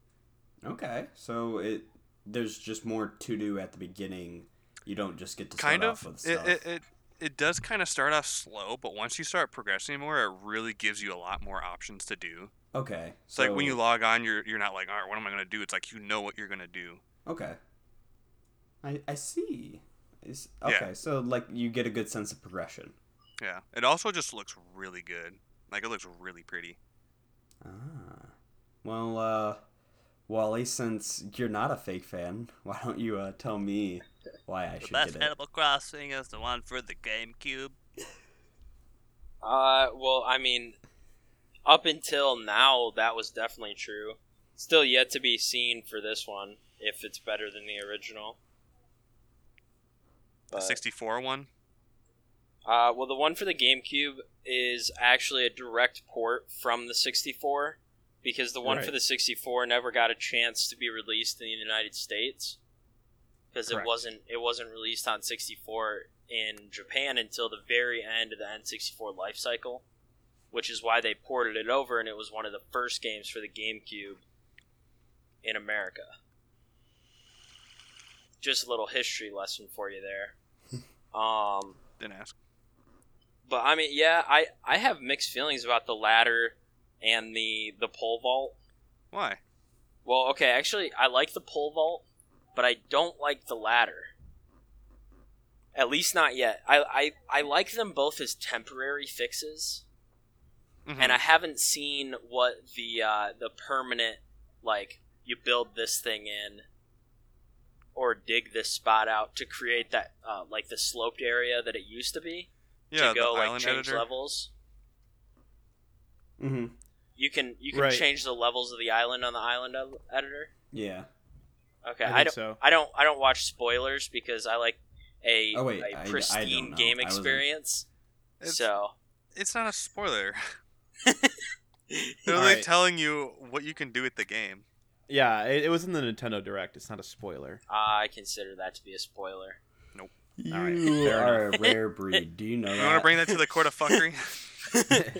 [SPEAKER 1] Okay, so it there's just more to do at the beginning. You don't just get to start
[SPEAKER 2] kind
[SPEAKER 1] off
[SPEAKER 2] of.
[SPEAKER 1] with
[SPEAKER 2] It,
[SPEAKER 1] stuff.
[SPEAKER 2] it, it, it does kind of start off slow, but once you start progressing more, it really gives you a lot more options to do.
[SPEAKER 1] okay,
[SPEAKER 2] It's like when you log on, you're you're not like, all right, what am I gonna do? It's like you know what you're gonna do.
[SPEAKER 1] okay, I I see. Is,
[SPEAKER 2] Yeah.
[SPEAKER 1] okay, so like you get a good sense of progression.
[SPEAKER 2] Yeah. It also just looks really good. Like it looks really pretty.
[SPEAKER 1] Ah, well, uh, Wally, since you're not a fake fan, why don't you uh, tell me why I should get it?
[SPEAKER 6] Crossing is the one for the GameCube.
[SPEAKER 3] Uh, well, I mean, up until now, that was definitely true. Still yet to be seen for this one if it's better than the original.
[SPEAKER 2] The
[SPEAKER 3] But,
[SPEAKER 2] 64 one.
[SPEAKER 3] uh, well, the one for the GameCube is actually a direct port from the 64 because the one for
[SPEAKER 5] Right.
[SPEAKER 3] the 64 never got a chance to be released in the United States because it
[SPEAKER 5] Correct.
[SPEAKER 3] wasn't it wasn't released on 64 in Japan until the very end of the N64 life cycle, which is why they ported it over and it was one of the first games for the GameCube in America. Just a little history lesson for you there. Um,
[SPEAKER 2] Didn't ask.
[SPEAKER 3] but I mean, yeah, I I have mixed feelings about the ladder and the the pole vault.
[SPEAKER 2] Why?
[SPEAKER 3] Well, okay, actually, I like the pole vault, but I don't like the ladder. At least not yet. I I, I like them both as temporary fixes,
[SPEAKER 2] Mhm.
[SPEAKER 3] and I haven't seen what the uh, the permanent like you build this thing in or dig this spot out to create that uh, like the sloped area that it used to be
[SPEAKER 2] yeah,
[SPEAKER 3] to go
[SPEAKER 2] the
[SPEAKER 3] like
[SPEAKER 2] island
[SPEAKER 3] change
[SPEAKER 2] editor.
[SPEAKER 3] levels.
[SPEAKER 1] Mm-hmm.
[SPEAKER 3] You can you can
[SPEAKER 5] Right.
[SPEAKER 3] change the levels of the island on the island ed- editor.
[SPEAKER 1] Yeah.
[SPEAKER 3] Okay,
[SPEAKER 5] I
[SPEAKER 3] I, don't
[SPEAKER 5] think so.
[SPEAKER 3] I don't I don't watch spoilers because I like a,
[SPEAKER 1] Oh, wait, I- I
[SPEAKER 3] a
[SPEAKER 1] don't
[SPEAKER 3] pristine
[SPEAKER 1] know.
[SPEAKER 3] game
[SPEAKER 1] I wasn't-
[SPEAKER 3] experience.
[SPEAKER 2] It's-
[SPEAKER 3] So
[SPEAKER 2] it's not a spoiler. They're
[SPEAKER 5] All
[SPEAKER 2] like
[SPEAKER 5] right.
[SPEAKER 2] telling you what you can do with the game.
[SPEAKER 5] Yeah, it, it was in the Nintendo Direct. It's not a spoiler.
[SPEAKER 3] I consider that to be a spoiler.
[SPEAKER 1] You
[SPEAKER 5] All right, fair
[SPEAKER 1] are a rare breed. Do you know
[SPEAKER 2] You
[SPEAKER 1] that?
[SPEAKER 2] want to bring that to the court of fuckery?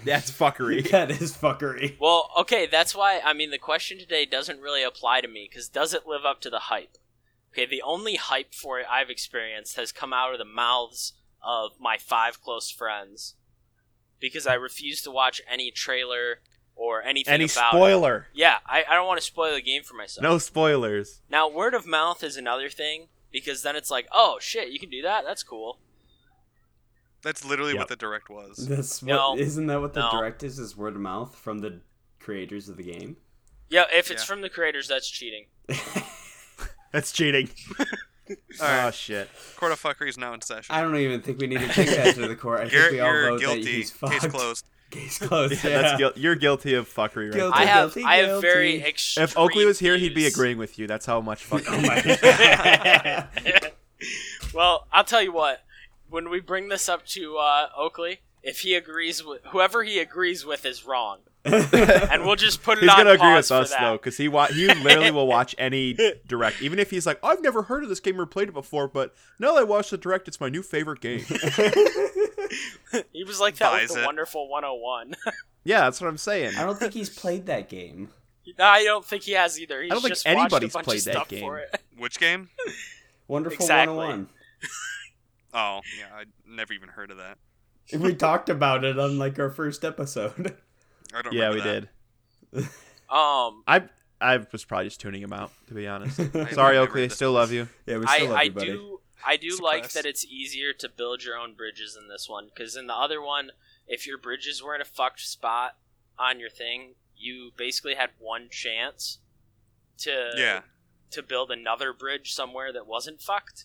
[SPEAKER 5] That's fuckery.
[SPEAKER 1] that is fuckery.
[SPEAKER 3] Well, okay, that's why I mean the question today doesn't really apply to me because does it live up to the hype? Okay, the only hype for it I've experienced has come out of the mouths of my five close friends because I refuse to watch any trailer or anything
[SPEAKER 5] Any
[SPEAKER 3] about it.
[SPEAKER 5] spoiler?
[SPEAKER 3] Yeah, I, I don't want to spoil the game for myself.
[SPEAKER 5] No spoilers.
[SPEAKER 3] Now, word of mouth is another thing because then it's like, oh shit, you can do that. That's cool.
[SPEAKER 2] That's literally
[SPEAKER 5] Yep.
[SPEAKER 2] what the direct was.
[SPEAKER 1] That's what,
[SPEAKER 3] No.
[SPEAKER 1] isn't that what the
[SPEAKER 3] No.
[SPEAKER 1] direct is? Is word of mouth from the creators of the game?
[SPEAKER 3] Yeah, if it's
[SPEAKER 2] Yeah.
[SPEAKER 3] from the creators, that's cheating.
[SPEAKER 5] That's cheating.
[SPEAKER 2] Alright.
[SPEAKER 5] Oh shit.
[SPEAKER 2] Court of fuckery is now in session.
[SPEAKER 1] uh, I don't even think we need to take that to the court. I think
[SPEAKER 2] Garrett,
[SPEAKER 1] we all
[SPEAKER 2] you're
[SPEAKER 1] vote that
[SPEAKER 2] guilty.
[SPEAKER 1] he's
[SPEAKER 2] Case
[SPEAKER 1] fucked.
[SPEAKER 2] closed.
[SPEAKER 1] Case closed. Yeah,
[SPEAKER 5] That's guil- you're guilty of fuckery. Right?
[SPEAKER 1] Guilty.
[SPEAKER 5] now.
[SPEAKER 3] I have
[SPEAKER 1] guilty,
[SPEAKER 3] I have very
[SPEAKER 1] guilty.
[SPEAKER 3] extreme.
[SPEAKER 5] If Oakley was here, he'd be
[SPEAKER 3] views.
[SPEAKER 5] agreeing with you. That's how much
[SPEAKER 1] Oh
[SPEAKER 5] fuckery.
[SPEAKER 1] my god.
[SPEAKER 3] well, I'll tell you what. When we bring this up to uh, Oakley, if he agrees with whoever he agrees with is wrong, and we'll just put it
[SPEAKER 5] He's
[SPEAKER 3] on
[SPEAKER 5] gonna
[SPEAKER 3] pause
[SPEAKER 5] agree with
[SPEAKER 3] for
[SPEAKER 5] us
[SPEAKER 3] that.
[SPEAKER 5] though, because he wa- he literally will watch any direct, even if he's like, I've never heard of this game or played it before, but now that I watched the direct, it's my new favorite game.
[SPEAKER 3] He was like that with
[SPEAKER 2] Buys
[SPEAKER 3] the
[SPEAKER 2] it.
[SPEAKER 3] wonderful 101.
[SPEAKER 5] yeah, that's what I'm saying.
[SPEAKER 1] I don't think he's played that game.
[SPEAKER 3] I don't think he has either. He's
[SPEAKER 5] don't think
[SPEAKER 3] just watched
[SPEAKER 5] anybody's
[SPEAKER 3] a bunch
[SPEAKER 5] played
[SPEAKER 3] of
[SPEAKER 5] that
[SPEAKER 3] stuff
[SPEAKER 5] game.
[SPEAKER 3] For it.
[SPEAKER 2] Which game?
[SPEAKER 1] Wonderful
[SPEAKER 3] Exactly.
[SPEAKER 1] 101.
[SPEAKER 2] Oh, yeah, I never even heard of that.
[SPEAKER 1] oh we talked about it on like our first episode.
[SPEAKER 2] I don't
[SPEAKER 5] yeah, we
[SPEAKER 2] remember that.
[SPEAKER 5] did.
[SPEAKER 3] Um,
[SPEAKER 5] I I was probably just tuning him out, to be honest.
[SPEAKER 1] yeah,
[SPEAKER 2] I
[SPEAKER 5] Sorry,
[SPEAKER 2] never
[SPEAKER 5] Oakley, I
[SPEAKER 2] read this
[SPEAKER 5] still love you.
[SPEAKER 1] we still
[SPEAKER 3] I,
[SPEAKER 1] love
[SPEAKER 3] I
[SPEAKER 1] you, buddy.
[SPEAKER 3] do I do
[SPEAKER 2] It's a
[SPEAKER 3] like
[SPEAKER 2] class.
[SPEAKER 3] that it's easier to build your own bridges in this one because in the other one, if your bridges were in a fucked spot on your thing, you basically had one chance to
[SPEAKER 2] Yeah.
[SPEAKER 3] to build another bridge somewhere that wasn't fucked.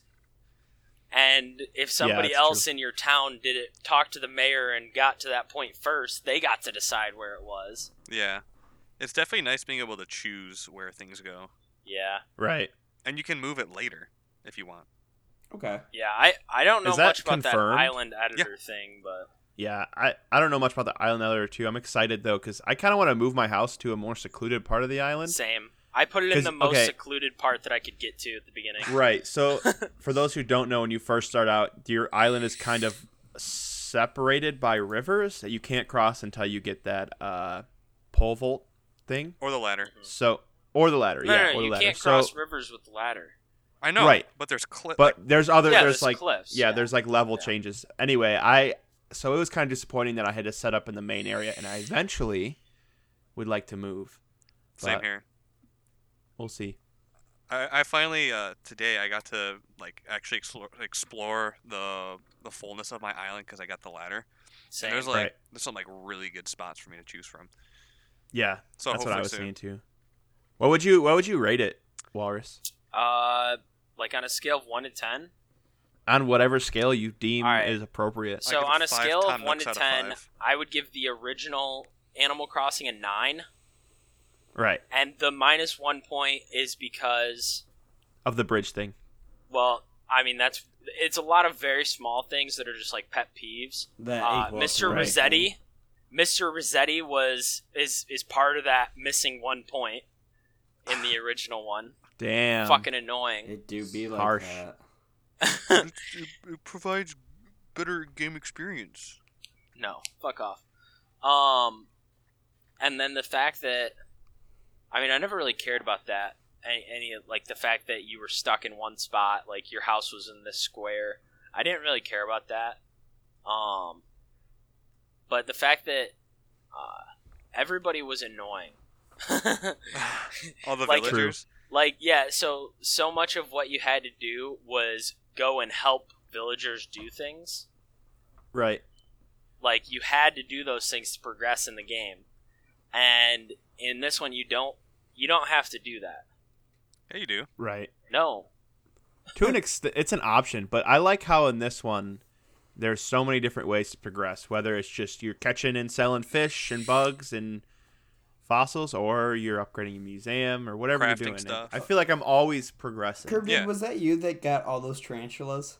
[SPEAKER 3] And if somebody
[SPEAKER 5] that's
[SPEAKER 3] else
[SPEAKER 5] true.
[SPEAKER 3] in your town did it, talked to the mayor and got to that point first, they got to decide where it was.
[SPEAKER 2] Yeah. It's definitely nice being able to choose where things go.
[SPEAKER 3] Yeah,
[SPEAKER 5] Right.
[SPEAKER 2] And you can move it later if you want.
[SPEAKER 1] Okay.
[SPEAKER 3] yeah. I I don't know
[SPEAKER 5] Is that
[SPEAKER 3] much about
[SPEAKER 5] confirmed?
[SPEAKER 3] that island editor thing, but
[SPEAKER 5] Yeah, I, I don't know much about the island other two. I'm excited though, because I kind of want to move my house to a more secluded part of the island.
[SPEAKER 3] Same. I put it in
[SPEAKER 5] 'Cause-
[SPEAKER 3] the most
[SPEAKER 5] okay.
[SPEAKER 3] secluded part that I could get to at the beginning.
[SPEAKER 5] Right. So, for those who don't know, when you first start out, your island is kind of separated by rivers that you can't cross until you get that uh, pole vault thing.
[SPEAKER 2] Or the latter.
[SPEAKER 5] So, or the ladder.
[SPEAKER 3] No,
[SPEAKER 5] yeah,
[SPEAKER 3] no,
[SPEAKER 5] or the
[SPEAKER 3] you
[SPEAKER 5] ladder.
[SPEAKER 3] can't
[SPEAKER 5] so,
[SPEAKER 3] cross rivers with the ladder.
[SPEAKER 2] I know.
[SPEAKER 5] Right.
[SPEAKER 2] But there's clip.
[SPEAKER 5] but there's other.
[SPEAKER 3] Yeah, there's
[SPEAKER 5] there's like
[SPEAKER 3] cliffs,
[SPEAKER 5] Yeah,
[SPEAKER 3] yeah.
[SPEAKER 5] there's like level
[SPEAKER 3] Yeah.
[SPEAKER 5] changes. Anyway, I so it was kind of disappointing that I had to set up in the main area, and I eventually would like to move.
[SPEAKER 2] same
[SPEAKER 5] but-
[SPEAKER 2] here.
[SPEAKER 5] We'll see.
[SPEAKER 2] I, I finally uh, today I got to like actually explore, explore the the fullness of my island because I got the ladder.
[SPEAKER 3] Same.
[SPEAKER 2] And there's like
[SPEAKER 5] Right.
[SPEAKER 2] there's some like really good spots for me to choose from.
[SPEAKER 5] Yeah,
[SPEAKER 2] So
[SPEAKER 5] that's
[SPEAKER 2] hopefully
[SPEAKER 5] what I was
[SPEAKER 2] soon.
[SPEAKER 5] thinking too. What would you What would you rate it, Walrus?
[SPEAKER 3] uh, like on a scale of one to ten.
[SPEAKER 5] on whatever scale you deem
[SPEAKER 3] All right.
[SPEAKER 5] is appropriate.
[SPEAKER 3] So
[SPEAKER 2] give it
[SPEAKER 3] on a
[SPEAKER 2] five
[SPEAKER 3] scale of
[SPEAKER 2] Tom
[SPEAKER 3] one
[SPEAKER 2] Nooks
[SPEAKER 3] to
[SPEAKER 2] out of
[SPEAKER 3] ten,
[SPEAKER 2] five.
[SPEAKER 3] I would give the original Animal Crossing a nine,
[SPEAKER 5] Right.
[SPEAKER 3] and the minus one point is because,
[SPEAKER 5] Of the bridge thing.
[SPEAKER 3] well, I mean that's it's a lot of very small things that are just like pet peeves.
[SPEAKER 1] That
[SPEAKER 3] Uh,
[SPEAKER 1] equals
[SPEAKER 3] Mr.
[SPEAKER 1] right.
[SPEAKER 3] Rossetti, Mr. Rossetti was is is part of that missing one point in the original one.
[SPEAKER 5] Damn.
[SPEAKER 3] Fucking annoying.
[SPEAKER 1] It do be like
[SPEAKER 5] Harsh.
[SPEAKER 1] that.
[SPEAKER 2] it, it- it provides better game experience.
[SPEAKER 3] No, fuck off. Um, and then the fact that, I mean, I never really cared about that. Any, any of- like the fact that you were stuck in one spot, like your house was in this square. I didn't really care about that. Um, but the fact that uh, everybody was annoying.
[SPEAKER 2] All the
[SPEAKER 3] Like- True.
[SPEAKER 2] villagers.
[SPEAKER 3] like yeah so so much of what you had to do was go and help villagers do things
[SPEAKER 5] Right.
[SPEAKER 3] like you had to do those things to progress in the game and in this one you don't you don't have to do that
[SPEAKER 2] Yeah, you do.
[SPEAKER 5] Right.
[SPEAKER 3] no
[SPEAKER 5] to an extent, it's an option, but I like how in this one there's so many different ways to progress. Whether it's just you're catching and selling fish and bugs and fossils, or you're upgrading a museum or whatever
[SPEAKER 2] Crafting
[SPEAKER 5] you're doing.
[SPEAKER 2] stuff.
[SPEAKER 5] I feel like I'm always progressing.
[SPEAKER 1] Kirby,
[SPEAKER 2] Yeah.
[SPEAKER 1] was that you that got all those tarantulas?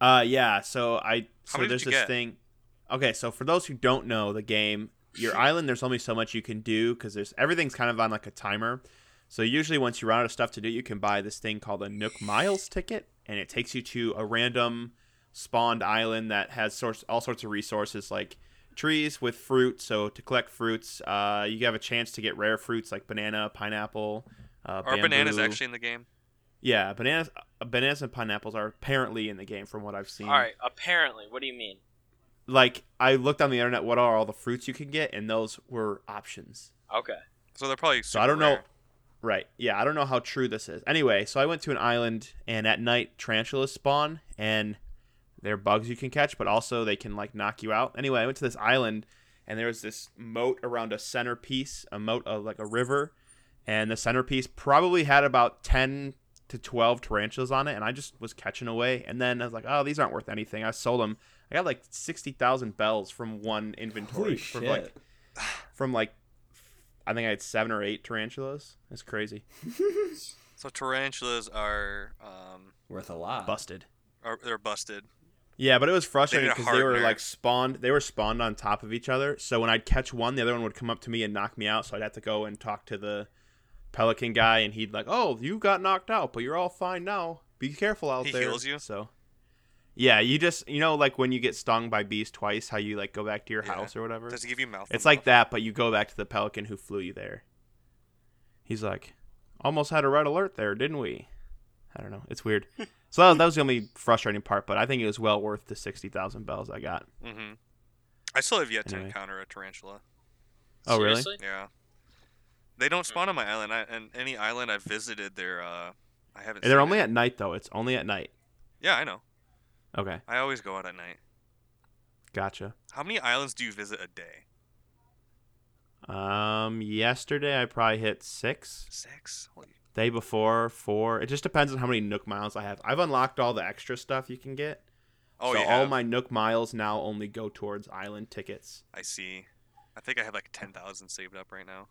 [SPEAKER 5] Uh, yeah. So I so
[SPEAKER 2] many did
[SPEAKER 5] there's
[SPEAKER 2] you
[SPEAKER 5] this
[SPEAKER 2] get?
[SPEAKER 5] thing. Okay, so for those who don't know the game, your island there's only so much you can do because there's everything's kind of on like a timer. So usually once you run out of stuff to do, you can buy this thing called a Nook Miles ticket, and it takes you to a random spawned island that has sorts all sorts of resources like trees with fruit. So to collect fruits, uh, you have a chance to get rare fruits like banana, pineapple. Uh,
[SPEAKER 2] Our banana's
[SPEAKER 5] bamboo.
[SPEAKER 2] actually in the game.
[SPEAKER 5] Yeah, bananas, uh, bananas and pineapples are apparently in the game from what I've seen.
[SPEAKER 3] All right. Apparently, what do you mean?
[SPEAKER 5] Like I looked on the internet, what are all the fruits you can get, and those were options.
[SPEAKER 3] Okay.
[SPEAKER 2] So they're probably.
[SPEAKER 5] So I don't
[SPEAKER 2] super
[SPEAKER 5] know.
[SPEAKER 2] rare.
[SPEAKER 5] Right. Yeah, I don't know how true this is. Anyway, so I went to an island, and at night tarantulas spawn, and they're bugs you can catch, but also they can like knock you out. Anyway, I went to this island, and there was this moat around a centerpiece, a moat of like a river, and the centerpiece probably had about ten to twelve tarantulas on it, and I just was catching away. And then I was like, oh, these aren't worth anything. I sold them. I got like sixty thousand bells from one inventory
[SPEAKER 1] Holy
[SPEAKER 5] for
[SPEAKER 1] shit.
[SPEAKER 5] like from like I think I had seven or eight tarantulas. That's crazy.
[SPEAKER 2] So tarantulas are um
[SPEAKER 1] Worth a lot.
[SPEAKER 5] Busted.
[SPEAKER 2] are they're busted.
[SPEAKER 5] Yeah, but it was
[SPEAKER 2] They
[SPEAKER 5] frustrating
[SPEAKER 2] need a
[SPEAKER 5] because they were
[SPEAKER 2] hardener.
[SPEAKER 5] like spawned. They were spawned on top of each other. So when I'd catch one, the other one would come up to me and knock me out. So I'd have to go and talk to the pelican guy, and he'd like, "Oh, you got knocked out, but you're all fine now. Be careful out
[SPEAKER 2] He
[SPEAKER 5] there."
[SPEAKER 2] heals you?
[SPEAKER 5] So. Yeah, you just you know like when you get stung by bees twice, how you like go back to your
[SPEAKER 2] Yeah.
[SPEAKER 5] house or whatever.
[SPEAKER 2] Does it give you mouth?
[SPEAKER 5] It's like that, but you go back to the pelican who flew you there. He's like, almost had a red alert there, didn't we? I don't know. It's weird. so that was, that was the only frustrating part, but I think it was well worth the sixty thousand bells I got.
[SPEAKER 2] Mm-hmm. I still have yet to
[SPEAKER 5] Anyway.
[SPEAKER 2] encounter a tarantula.
[SPEAKER 5] Oh, really?
[SPEAKER 3] Seriously?
[SPEAKER 2] Yeah. They don't spawn on my island. I, and any island I've visited, they're uh, I haven't.
[SPEAKER 5] And they're
[SPEAKER 2] seen
[SPEAKER 5] only
[SPEAKER 2] it.
[SPEAKER 5] at night though. It's only at night.
[SPEAKER 2] Yeah, I know.
[SPEAKER 5] Okay,
[SPEAKER 2] I always go out at night.
[SPEAKER 5] gotcha.
[SPEAKER 2] How many islands do you visit a day?
[SPEAKER 5] Um, yesterday I probably hit six.
[SPEAKER 2] Six. Holy-
[SPEAKER 5] Day before four. It just depends on how many Nook miles I have. I've unlocked all the extra stuff you can get.
[SPEAKER 2] Oh
[SPEAKER 5] so
[SPEAKER 2] yeah.
[SPEAKER 5] all my Nook miles now only go towards island tickets.
[SPEAKER 2] I see. I think I have like ten thousand saved up right now.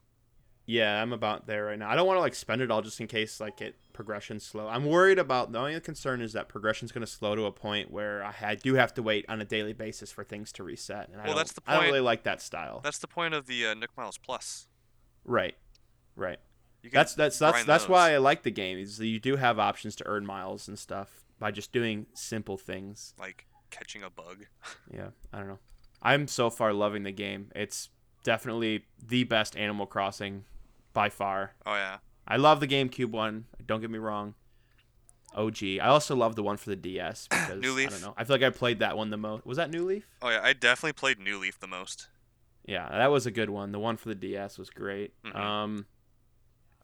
[SPEAKER 5] Yeah, I'm about there right now. I don't want to like spend it all just in case like it progression's slow. I'm worried about the only concern is that progression's going to slow to a point where I, ha- do have to wait on a daily basis for things to reset. And I
[SPEAKER 2] Well,
[SPEAKER 5] don't-
[SPEAKER 2] that's the
[SPEAKER 5] I don't
[SPEAKER 2] point.
[SPEAKER 5] really like that style.
[SPEAKER 2] That's the point of the uh, Nook Miles Plus.
[SPEAKER 5] right, right.
[SPEAKER 2] You can
[SPEAKER 5] That's that's that's
[SPEAKER 2] grind
[SPEAKER 5] that's
[SPEAKER 2] those.
[SPEAKER 5] why I like the game is that you do have options to earn miles and stuff by just doing simple things.
[SPEAKER 2] Like catching a bug.
[SPEAKER 5] Yeah, I don't know. I'm so far loving the game. It's definitely the best Animal Crossing by far.
[SPEAKER 2] Oh yeah.
[SPEAKER 5] I love the GameCube one. Don't get me wrong. OG. I also love the one for the DS because
[SPEAKER 2] New Leaf.
[SPEAKER 5] I don't know. I feel like I played that one the most. Was that New Leaf?
[SPEAKER 2] Oh yeah. I definitely played New Leaf the most.
[SPEAKER 5] Yeah, that was a good one. The one for the DS was great.
[SPEAKER 2] Mhm.
[SPEAKER 5] Um,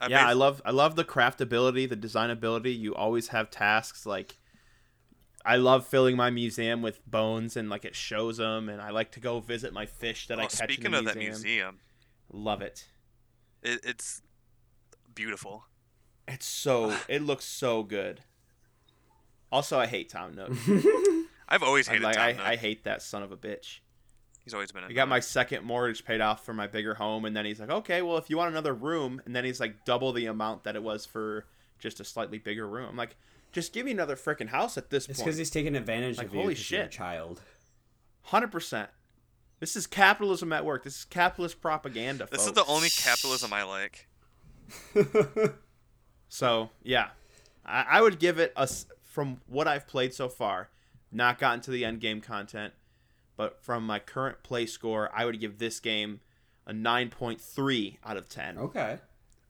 [SPEAKER 2] I
[SPEAKER 5] yeah,
[SPEAKER 2] made-
[SPEAKER 5] I love I love the craftability, the designability. You always have tasks like I love filling my museum with bones and like it shows them, and I like to go visit my fish that I
[SPEAKER 2] Oh,
[SPEAKER 5] catch
[SPEAKER 2] speaking
[SPEAKER 5] in the
[SPEAKER 2] of that
[SPEAKER 5] museum.
[SPEAKER 2] museum,
[SPEAKER 5] Love it.
[SPEAKER 2] it, it's beautiful.
[SPEAKER 5] It's so it looks so good. Also, I hate Tom Nook.
[SPEAKER 2] I've always
[SPEAKER 5] I'm
[SPEAKER 2] hated
[SPEAKER 5] like,
[SPEAKER 2] Tom
[SPEAKER 5] I,
[SPEAKER 2] Nook.
[SPEAKER 5] I hate that son of a bitch.
[SPEAKER 2] He's always been. a
[SPEAKER 5] I got
[SPEAKER 2] nerd.
[SPEAKER 5] my second mortgage paid off for my bigger home, and then he's like, okay, well, if you want another room, and then he's like, double the amount that it was for just a slightly bigger room. I'm like, just give me another freaking house at this
[SPEAKER 1] It's because
[SPEAKER 5] point.
[SPEAKER 1] he's taking advantage
[SPEAKER 5] Like,
[SPEAKER 1] of you
[SPEAKER 5] holy
[SPEAKER 1] 'cause you're a
[SPEAKER 5] shit.
[SPEAKER 1] child.
[SPEAKER 5] 100%. This is capitalism at work. This is capitalist propaganda.
[SPEAKER 2] This is
[SPEAKER 5] folks.
[SPEAKER 2] the only capitalism I like.
[SPEAKER 5] So yeah, I, I would give it us from what I've played so far. Not gotten to the end game content, but from my current play score, I would give this game a nine point three out of ten.
[SPEAKER 1] okay.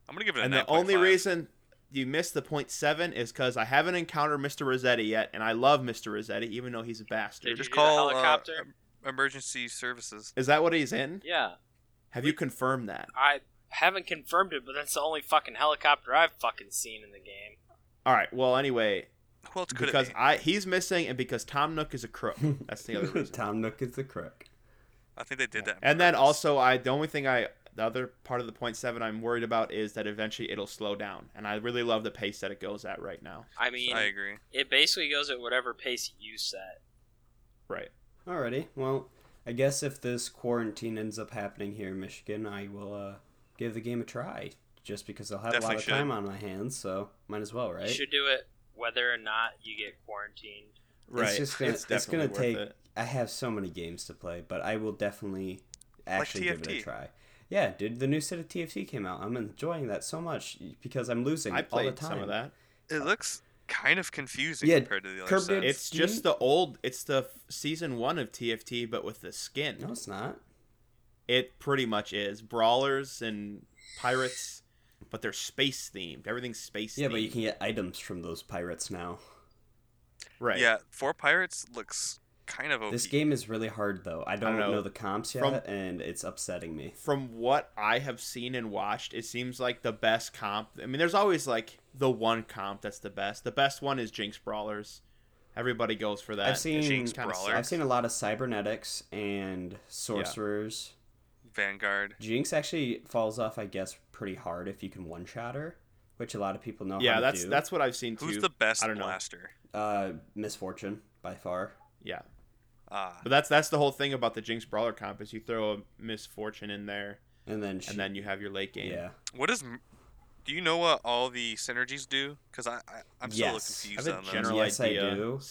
[SPEAKER 2] I'm gonna give it a
[SPEAKER 5] And the
[SPEAKER 2] 9.5.
[SPEAKER 5] only reason you missed the point seven is because I haven't encountered Mr. Rossetti yet, and I love Mr. Rossetti even though he's a
[SPEAKER 3] Did
[SPEAKER 5] bastard.
[SPEAKER 3] you
[SPEAKER 2] Just
[SPEAKER 3] do the
[SPEAKER 2] call uh,
[SPEAKER 3] helicopter?
[SPEAKER 2] em- emergency services.
[SPEAKER 5] Is that what he's in?
[SPEAKER 3] Yeah.
[SPEAKER 5] Have you confirmed that?
[SPEAKER 3] I haven't confirmed it, but that's the only fucking helicopter I've fucking seen in the game.
[SPEAKER 5] All right. Well, anyway,
[SPEAKER 2] Who else could
[SPEAKER 5] because
[SPEAKER 2] it be?
[SPEAKER 5] I he's missing, and because Tom Nook is a crook. That's the other reason.
[SPEAKER 1] Tom Nook is the crook.
[SPEAKER 2] I think they did that. on
[SPEAKER 5] And then
[SPEAKER 2] purpose.
[SPEAKER 5] also, I the only thing I the other part of the point seven I'm worried about is that eventually it'll slow down, and I really love the pace that it goes at right now.
[SPEAKER 3] I mean,
[SPEAKER 2] I agree.
[SPEAKER 3] it basically goes at whatever pace you set.
[SPEAKER 5] Right.
[SPEAKER 1] Alrighty. Well, I guess if this quarantine ends up happening here in Michigan, I will uh, give the game a try. Just because I'll have a lot
[SPEAKER 2] Definitely
[SPEAKER 1] of
[SPEAKER 2] should.
[SPEAKER 1] time on my hands, so might as well, right?
[SPEAKER 3] You should do it whether or not you get quarantined.
[SPEAKER 5] Right.
[SPEAKER 1] It's just gonna, it's, gonna
[SPEAKER 5] definitely
[SPEAKER 1] take.
[SPEAKER 5] worth it.
[SPEAKER 1] I have so many games to play, but I will definitely actually give it a
[SPEAKER 2] TFT.
[SPEAKER 1] try. Yeah, dude, the new set of TFT came out. I'm enjoying that so much because I'm losing
[SPEAKER 5] I
[SPEAKER 1] all the
[SPEAKER 5] played
[SPEAKER 1] time.
[SPEAKER 5] some of that.
[SPEAKER 2] It looks kind of confusing
[SPEAKER 1] Yeah,
[SPEAKER 2] compared to the other
[SPEAKER 1] Curb
[SPEAKER 2] sets.
[SPEAKER 1] Your
[SPEAKER 5] uh, It's just the old. It's the f- season one of TFT, but with the skin.
[SPEAKER 1] No, it's not.
[SPEAKER 5] It pretty much is brawlers and pirates, but they're space themed. Everything's space.
[SPEAKER 1] Yeah, but
[SPEAKER 5] themed.
[SPEAKER 1] you can get items from those pirates now.
[SPEAKER 5] right.
[SPEAKER 2] Yeah, Four Pirates looks kind of OP.
[SPEAKER 1] This game is really hard though. I don't, know.
[SPEAKER 5] Oh, know.
[SPEAKER 1] the comps yet,
[SPEAKER 5] From-
[SPEAKER 1] and it's upsetting me.
[SPEAKER 5] From what I have seen and watched, it seems like the best comp. I mean, there's always like the one comp that's the best. The best one is Jinx brawlers. Everybody goes for that.
[SPEAKER 1] I've seen
[SPEAKER 2] Jinx
[SPEAKER 5] kinda
[SPEAKER 2] Brawler,
[SPEAKER 1] I've seen a lot of cybernetics and sorcerers.
[SPEAKER 2] Vanguard.
[SPEAKER 1] Jinx actually falls off, I guess, pretty hard if you can one shot her, which a lot of people know. how
[SPEAKER 5] Yeah,
[SPEAKER 1] to
[SPEAKER 5] that's
[SPEAKER 1] do.
[SPEAKER 5] that's what I've seen too.
[SPEAKER 2] Who's the best
[SPEAKER 5] I don't know.
[SPEAKER 2] blaster?
[SPEAKER 1] uh, misfortune by far.
[SPEAKER 5] Yeah,
[SPEAKER 2] Ah,
[SPEAKER 5] but that's that's the whole thing about the Jinx brawler comp is you throw a misfortune in there,
[SPEAKER 1] And then she,
[SPEAKER 5] and then you have your late game.
[SPEAKER 1] yeah,
[SPEAKER 2] what is? m- Do you know what all the synergies do? Because I, I I'm still
[SPEAKER 1] Yes.
[SPEAKER 2] confused
[SPEAKER 5] I have a
[SPEAKER 2] on those.
[SPEAKER 5] general
[SPEAKER 1] Yes, I
[SPEAKER 5] idea.
[SPEAKER 1] do. And-
[SPEAKER 2] What is-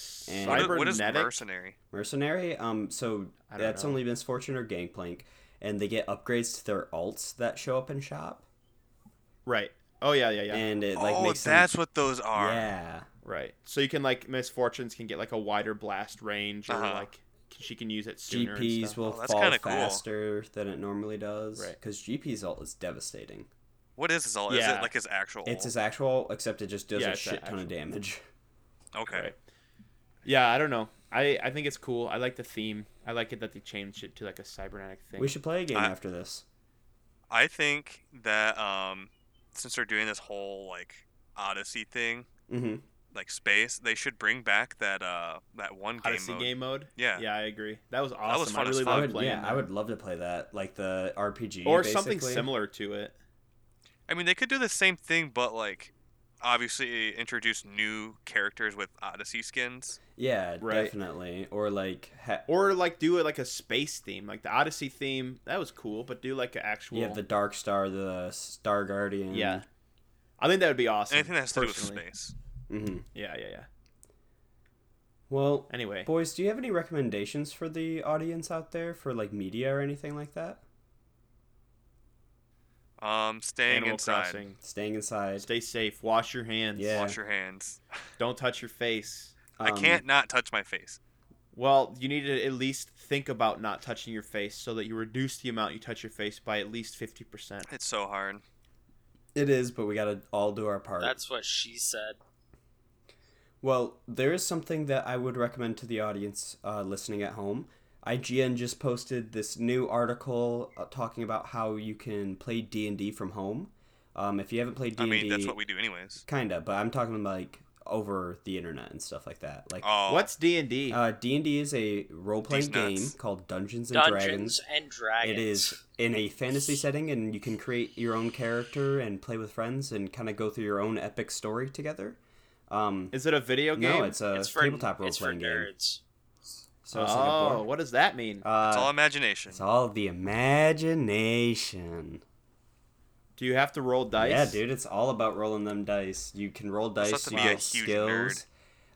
[SPEAKER 5] Cybernetic.
[SPEAKER 2] what is mercenary?
[SPEAKER 1] mercenary. Um, so
[SPEAKER 5] I don't
[SPEAKER 1] that's
[SPEAKER 5] know.
[SPEAKER 1] only misfortune or gangplank, and they get upgrades to their alts that show up in shop,
[SPEAKER 5] Right. Oh yeah, yeah, yeah.
[SPEAKER 1] and it like
[SPEAKER 2] oh,
[SPEAKER 1] makes them-
[SPEAKER 2] that's what those are.
[SPEAKER 1] yeah.
[SPEAKER 5] right. So you can like misfortunes can get like a wider blast range, or
[SPEAKER 2] Uh-huh.
[SPEAKER 5] like she can use it sooner. and
[SPEAKER 1] GPs
[SPEAKER 5] stuff.
[SPEAKER 1] will
[SPEAKER 2] Oh, that's
[SPEAKER 1] fall
[SPEAKER 2] kinda cool.
[SPEAKER 1] faster than it normally does.
[SPEAKER 5] Right.
[SPEAKER 1] Because GP's ult is devastating.
[SPEAKER 2] What is this all? Is
[SPEAKER 5] Yeah.
[SPEAKER 2] it like his actual?
[SPEAKER 1] It's his actual, except it just does
[SPEAKER 5] Yeah,
[SPEAKER 1] a
[SPEAKER 5] it's a
[SPEAKER 1] shit ton of
[SPEAKER 5] actual.
[SPEAKER 1] damage.
[SPEAKER 2] okay.
[SPEAKER 5] Right. Yeah, I don't know. I I think it's cool. I like the theme. I like it that they changed it to like a cybernetic thing.
[SPEAKER 1] We should play a game
[SPEAKER 2] I-
[SPEAKER 1] after this.
[SPEAKER 2] I think that um, since they're doing this whole like Odyssey thing,
[SPEAKER 1] hmm
[SPEAKER 2] like space, they should bring back that uh that one game
[SPEAKER 5] Odyssey
[SPEAKER 2] mode.
[SPEAKER 5] game mode.
[SPEAKER 2] Yeah.
[SPEAKER 5] Yeah, I agree. That was awesome.
[SPEAKER 2] was fun
[SPEAKER 5] I
[SPEAKER 2] as
[SPEAKER 5] really
[SPEAKER 1] I
[SPEAKER 2] fuck.
[SPEAKER 5] love
[SPEAKER 1] would,
[SPEAKER 5] playing.
[SPEAKER 1] yeah, I
[SPEAKER 5] that.
[SPEAKER 1] would love to play that, like the RPG
[SPEAKER 5] Or something
[SPEAKER 1] basically.
[SPEAKER 5] similar to it.
[SPEAKER 2] I mean, they could do the same thing, but like obviously introduce new characters with Odyssey skins.
[SPEAKER 1] Yeah,
[SPEAKER 5] Right.
[SPEAKER 1] definitely. Or like, ha-
[SPEAKER 5] Or like do it like a space theme, like the Odyssey theme. That was cool, but do like an actual.
[SPEAKER 1] you have the Dark Star, the Star Guardian.
[SPEAKER 5] Yeah. I think that would be awesome.
[SPEAKER 2] Anything that has to do with
[SPEAKER 5] personally.
[SPEAKER 2] space.
[SPEAKER 1] hmm
[SPEAKER 5] Yeah, yeah, yeah.
[SPEAKER 1] Well,
[SPEAKER 5] Anyway,
[SPEAKER 1] boys, do you have any recommendations for the audience out there for like media or anything like that?
[SPEAKER 2] Um, staying
[SPEAKER 5] Animal
[SPEAKER 2] inside,
[SPEAKER 5] Crossing.
[SPEAKER 1] Staying inside.
[SPEAKER 5] Stay safe. Wash your hands.
[SPEAKER 1] Yeah.
[SPEAKER 2] wash your hands.
[SPEAKER 5] Don't touch your face.
[SPEAKER 2] I
[SPEAKER 1] Um,
[SPEAKER 2] can't not touch my face.
[SPEAKER 5] Well, you need to at least think about not touching your face so that you reduce the amount you touch your face by at least 50%.
[SPEAKER 2] It's so hard.
[SPEAKER 1] It is, but we gotta all do our part.
[SPEAKER 3] That's what she said.
[SPEAKER 1] Well, there is something that I would recommend to the audience uh, listening at home. IGN just posted this new article uh, talking about how you can play D and D from home. Um, if you haven't played D
[SPEAKER 2] I
[SPEAKER 1] and
[SPEAKER 2] mean, that's
[SPEAKER 1] D,
[SPEAKER 2] what we do anyways.
[SPEAKER 1] kinda, but I'm talking about like over the internet and stuff like that. Like
[SPEAKER 2] Oh,
[SPEAKER 5] What's D&D?
[SPEAKER 1] uh, D and D is a role playing
[SPEAKER 2] These nuts.
[SPEAKER 1] game called Dungeons and
[SPEAKER 3] Dungeons
[SPEAKER 1] Dragons.
[SPEAKER 3] and Dragons.
[SPEAKER 1] It is in a fantasy setting, and you can create your own character and play with friends and kind of go through your own epic story together. Um,
[SPEAKER 5] Is it a video game?
[SPEAKER 1] No, it's a
[SPEAKER 3] It's for
[SPEAKER 1] uh, tabletop role
[SPEAKER 3] it's for
[SPEAKER 1] playing game.
[SPEAKER 3] nerds.
[SPEAKER 1] So it's like a
[SPEAKER 5] Oh,
[SPEAKER 1] board.
[SPEAKER 5] what does that mean?
[SPEAKER 1] Uh,
[SPEAKER 2] it's all imagination.
[SPEAKER 1] it's all the imagination.
[SPEAKER 5] Do you have to roll dice?
[SPEAKER 1] Yeah, dude, it's all about rolling them dice. You can roll
[SPEAKER 2] Must
[SPEAKER 1] dice.
[SPEAKER 2] have
[SPEAKER 1] You
[SPEAKER 2] to be a
[SPEAKER 1] get
[SPEAKER 2] huge
[SPEAKER 1] skills.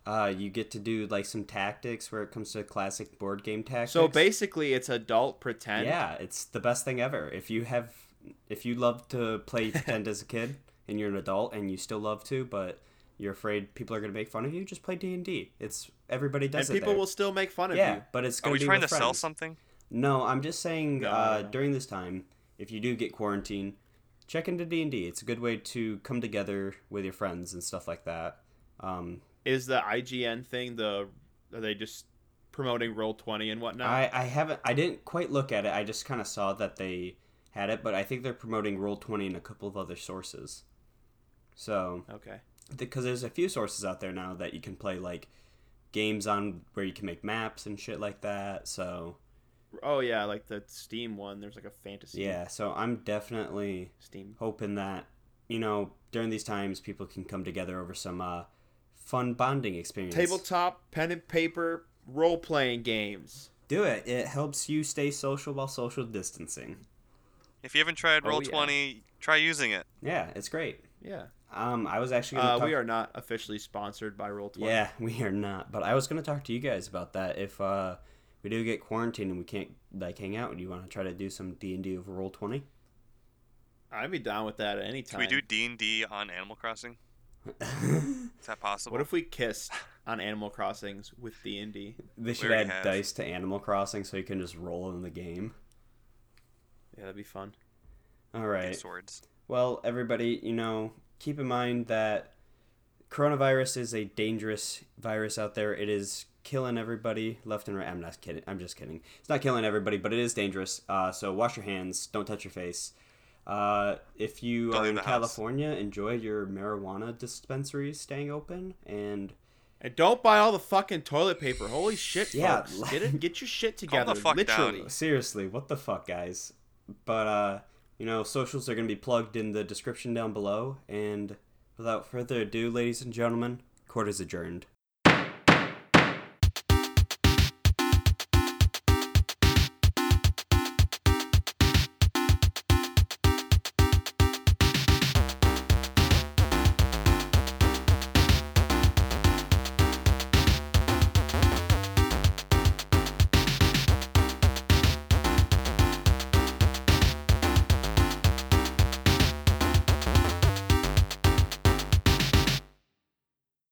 [SPEAKER 1] Uh, you get to do like some tactics where it comes to classic board game tactics.
[SPEAKER 5] So basically it's adult pretend.
[SPEAKER 1] yeah, it's the best thing ever. If you have, if you love to play pretend as a kid and you're an adult and you still love to, but you're afraid people are gonna make fun of you, just play D and D. It's everybody
[SPEAKER 5] And
[SPEAKER 1] does it.
[SPEAKER 5] people
[SPEAKER 1] there.
[SPEAKER 5] will still make fun of
[SPEAKER 1] yeah,
[SPEAKER 5] you.
[SPEAKER 1] but it's
[SPEAKER 2] Are
[SPEAKER 1] gonna
[SPEAKER 2] we
[SPEAKER 1] be
[SPEAKER 2] trying to
[SPEAKER 1] with
[SPEAKER 2] sell
[SPEAKER 1] friends.
[SPEAKER 2] something?
[SPEAKER 1] No, I'm just saying
[SPEAKER 5] No,
[SPEAKER 1] uh,
[SPEAKER 5] no, no.
[SPEAKER 1] during this time, if you do get quarantined, check into D and D. It's a good way to come together with your friends and stuff like that. Um,
[SPEAKER 5] Is the IGN thing the are they just promoting roll 20 and whatnot?
[SPEAKER 1] I I haven't I didn't quite look at it. I just kind of saw that they had it, but I think they're promoting Roll Twenty and a couple of other sources. So
[SPEAKER 5] okay.
[SPEAKER 1] because there's a few sources out there now that you can play like games on where you can make maps and shit like that. So
[SPEAKER 5] Oh yeah, like the Steam one, there's like a fantasy
[SPEAKER 1] yeah, so I'm definitely
[SPEAKER 5] Steam.
[SPEAKER 1] hoping that you know during these times people can come together over some uh, fun bonding experience.
[SPEAKER 5] Tabletop pen and paper role playing games.
[SPEAKER 1] Do it. It helps you stay social while social distancing.
[SPEAKER 2] If you haven't tried
[SPEAKER 5] Oh,
[SPEAKER 2] Roll
[SPEAKER 5] yeah.
[SPEAKER 2] Twenty, try using it.
[SPEAKER 1] Yeah, it's great.
[SPEAKER 5] Yeah.
[SPEAKER 1] Um, I was actually gonna
[SPEAKER 5] Uh,
[SPEAKER 1] talk-
[SPEAKER 5] we are not officially sponsored by Roll Twenty.
[SPEAKER 1] Yeah, we are not. But I was gonna talk to you guys about that if uh, we do get quarantined and we can't like hang out. Do you want to try to do some D and D over roll twenty?
[SPEAKER 5] I'd be down with that at any
[SPEAKER 2] Can
[SPEAKER 5] time.
[SPEAKER 2] we do D and D on Animal Crossing? Is that possible?
[SPEAKER 5] What if we kissed on Animal Crossings with D and D?
[SPEAKER 1] They should add
[SPEAKER 2] already have.
[SPEAKER 1] dice to Animal Crossing so you can just roll in the game.
[SPEAKER 5] Yeah, that'd be fun.
[SPEAKER 1] All
[SPEAKER 2] Get
[SPEAKER 1] right.
[SPEAKER 2] swords?
[SPEAKER 1] Well, everybody, you know, keep in mind that coronavirus is a dangerous virus out there. It is killing everybody left and right. I'm not kidding. I'm just kidding. It's not killing everybody, but it is dangerous. Uh, so wash your hands. Don't touch your face. Uh, if you
[SPEAKER 2] Don't
[SPEAKER 1] are
[SPEAKER 2] leave
[SPEAKER 1] in
[SPEAKER 2] the house.
[SPEAKER 1] California, enjoy your marijuana dispensaries staying open. And
[SPEAKER 5] And don't buy all the fucking toilet paper. Holy shit,
[SPEAKER 1] Yeah,
[SPEAKER 5] folks.
[SPEAKER 1] like-
[SPEAKER 5] Get it, get your shit
[SPEAKER 2] Calm
[SPEAKER 5] together.
[SPEAKER 2] the fuck down.
[SPEAKER 5] literally.
[SPEAKER 1] seriously, what the fuck, guys? But uh, you know, socials are gonna be plugged in the description down below. And without further ado, ladies and gentlemen, court is adjourned.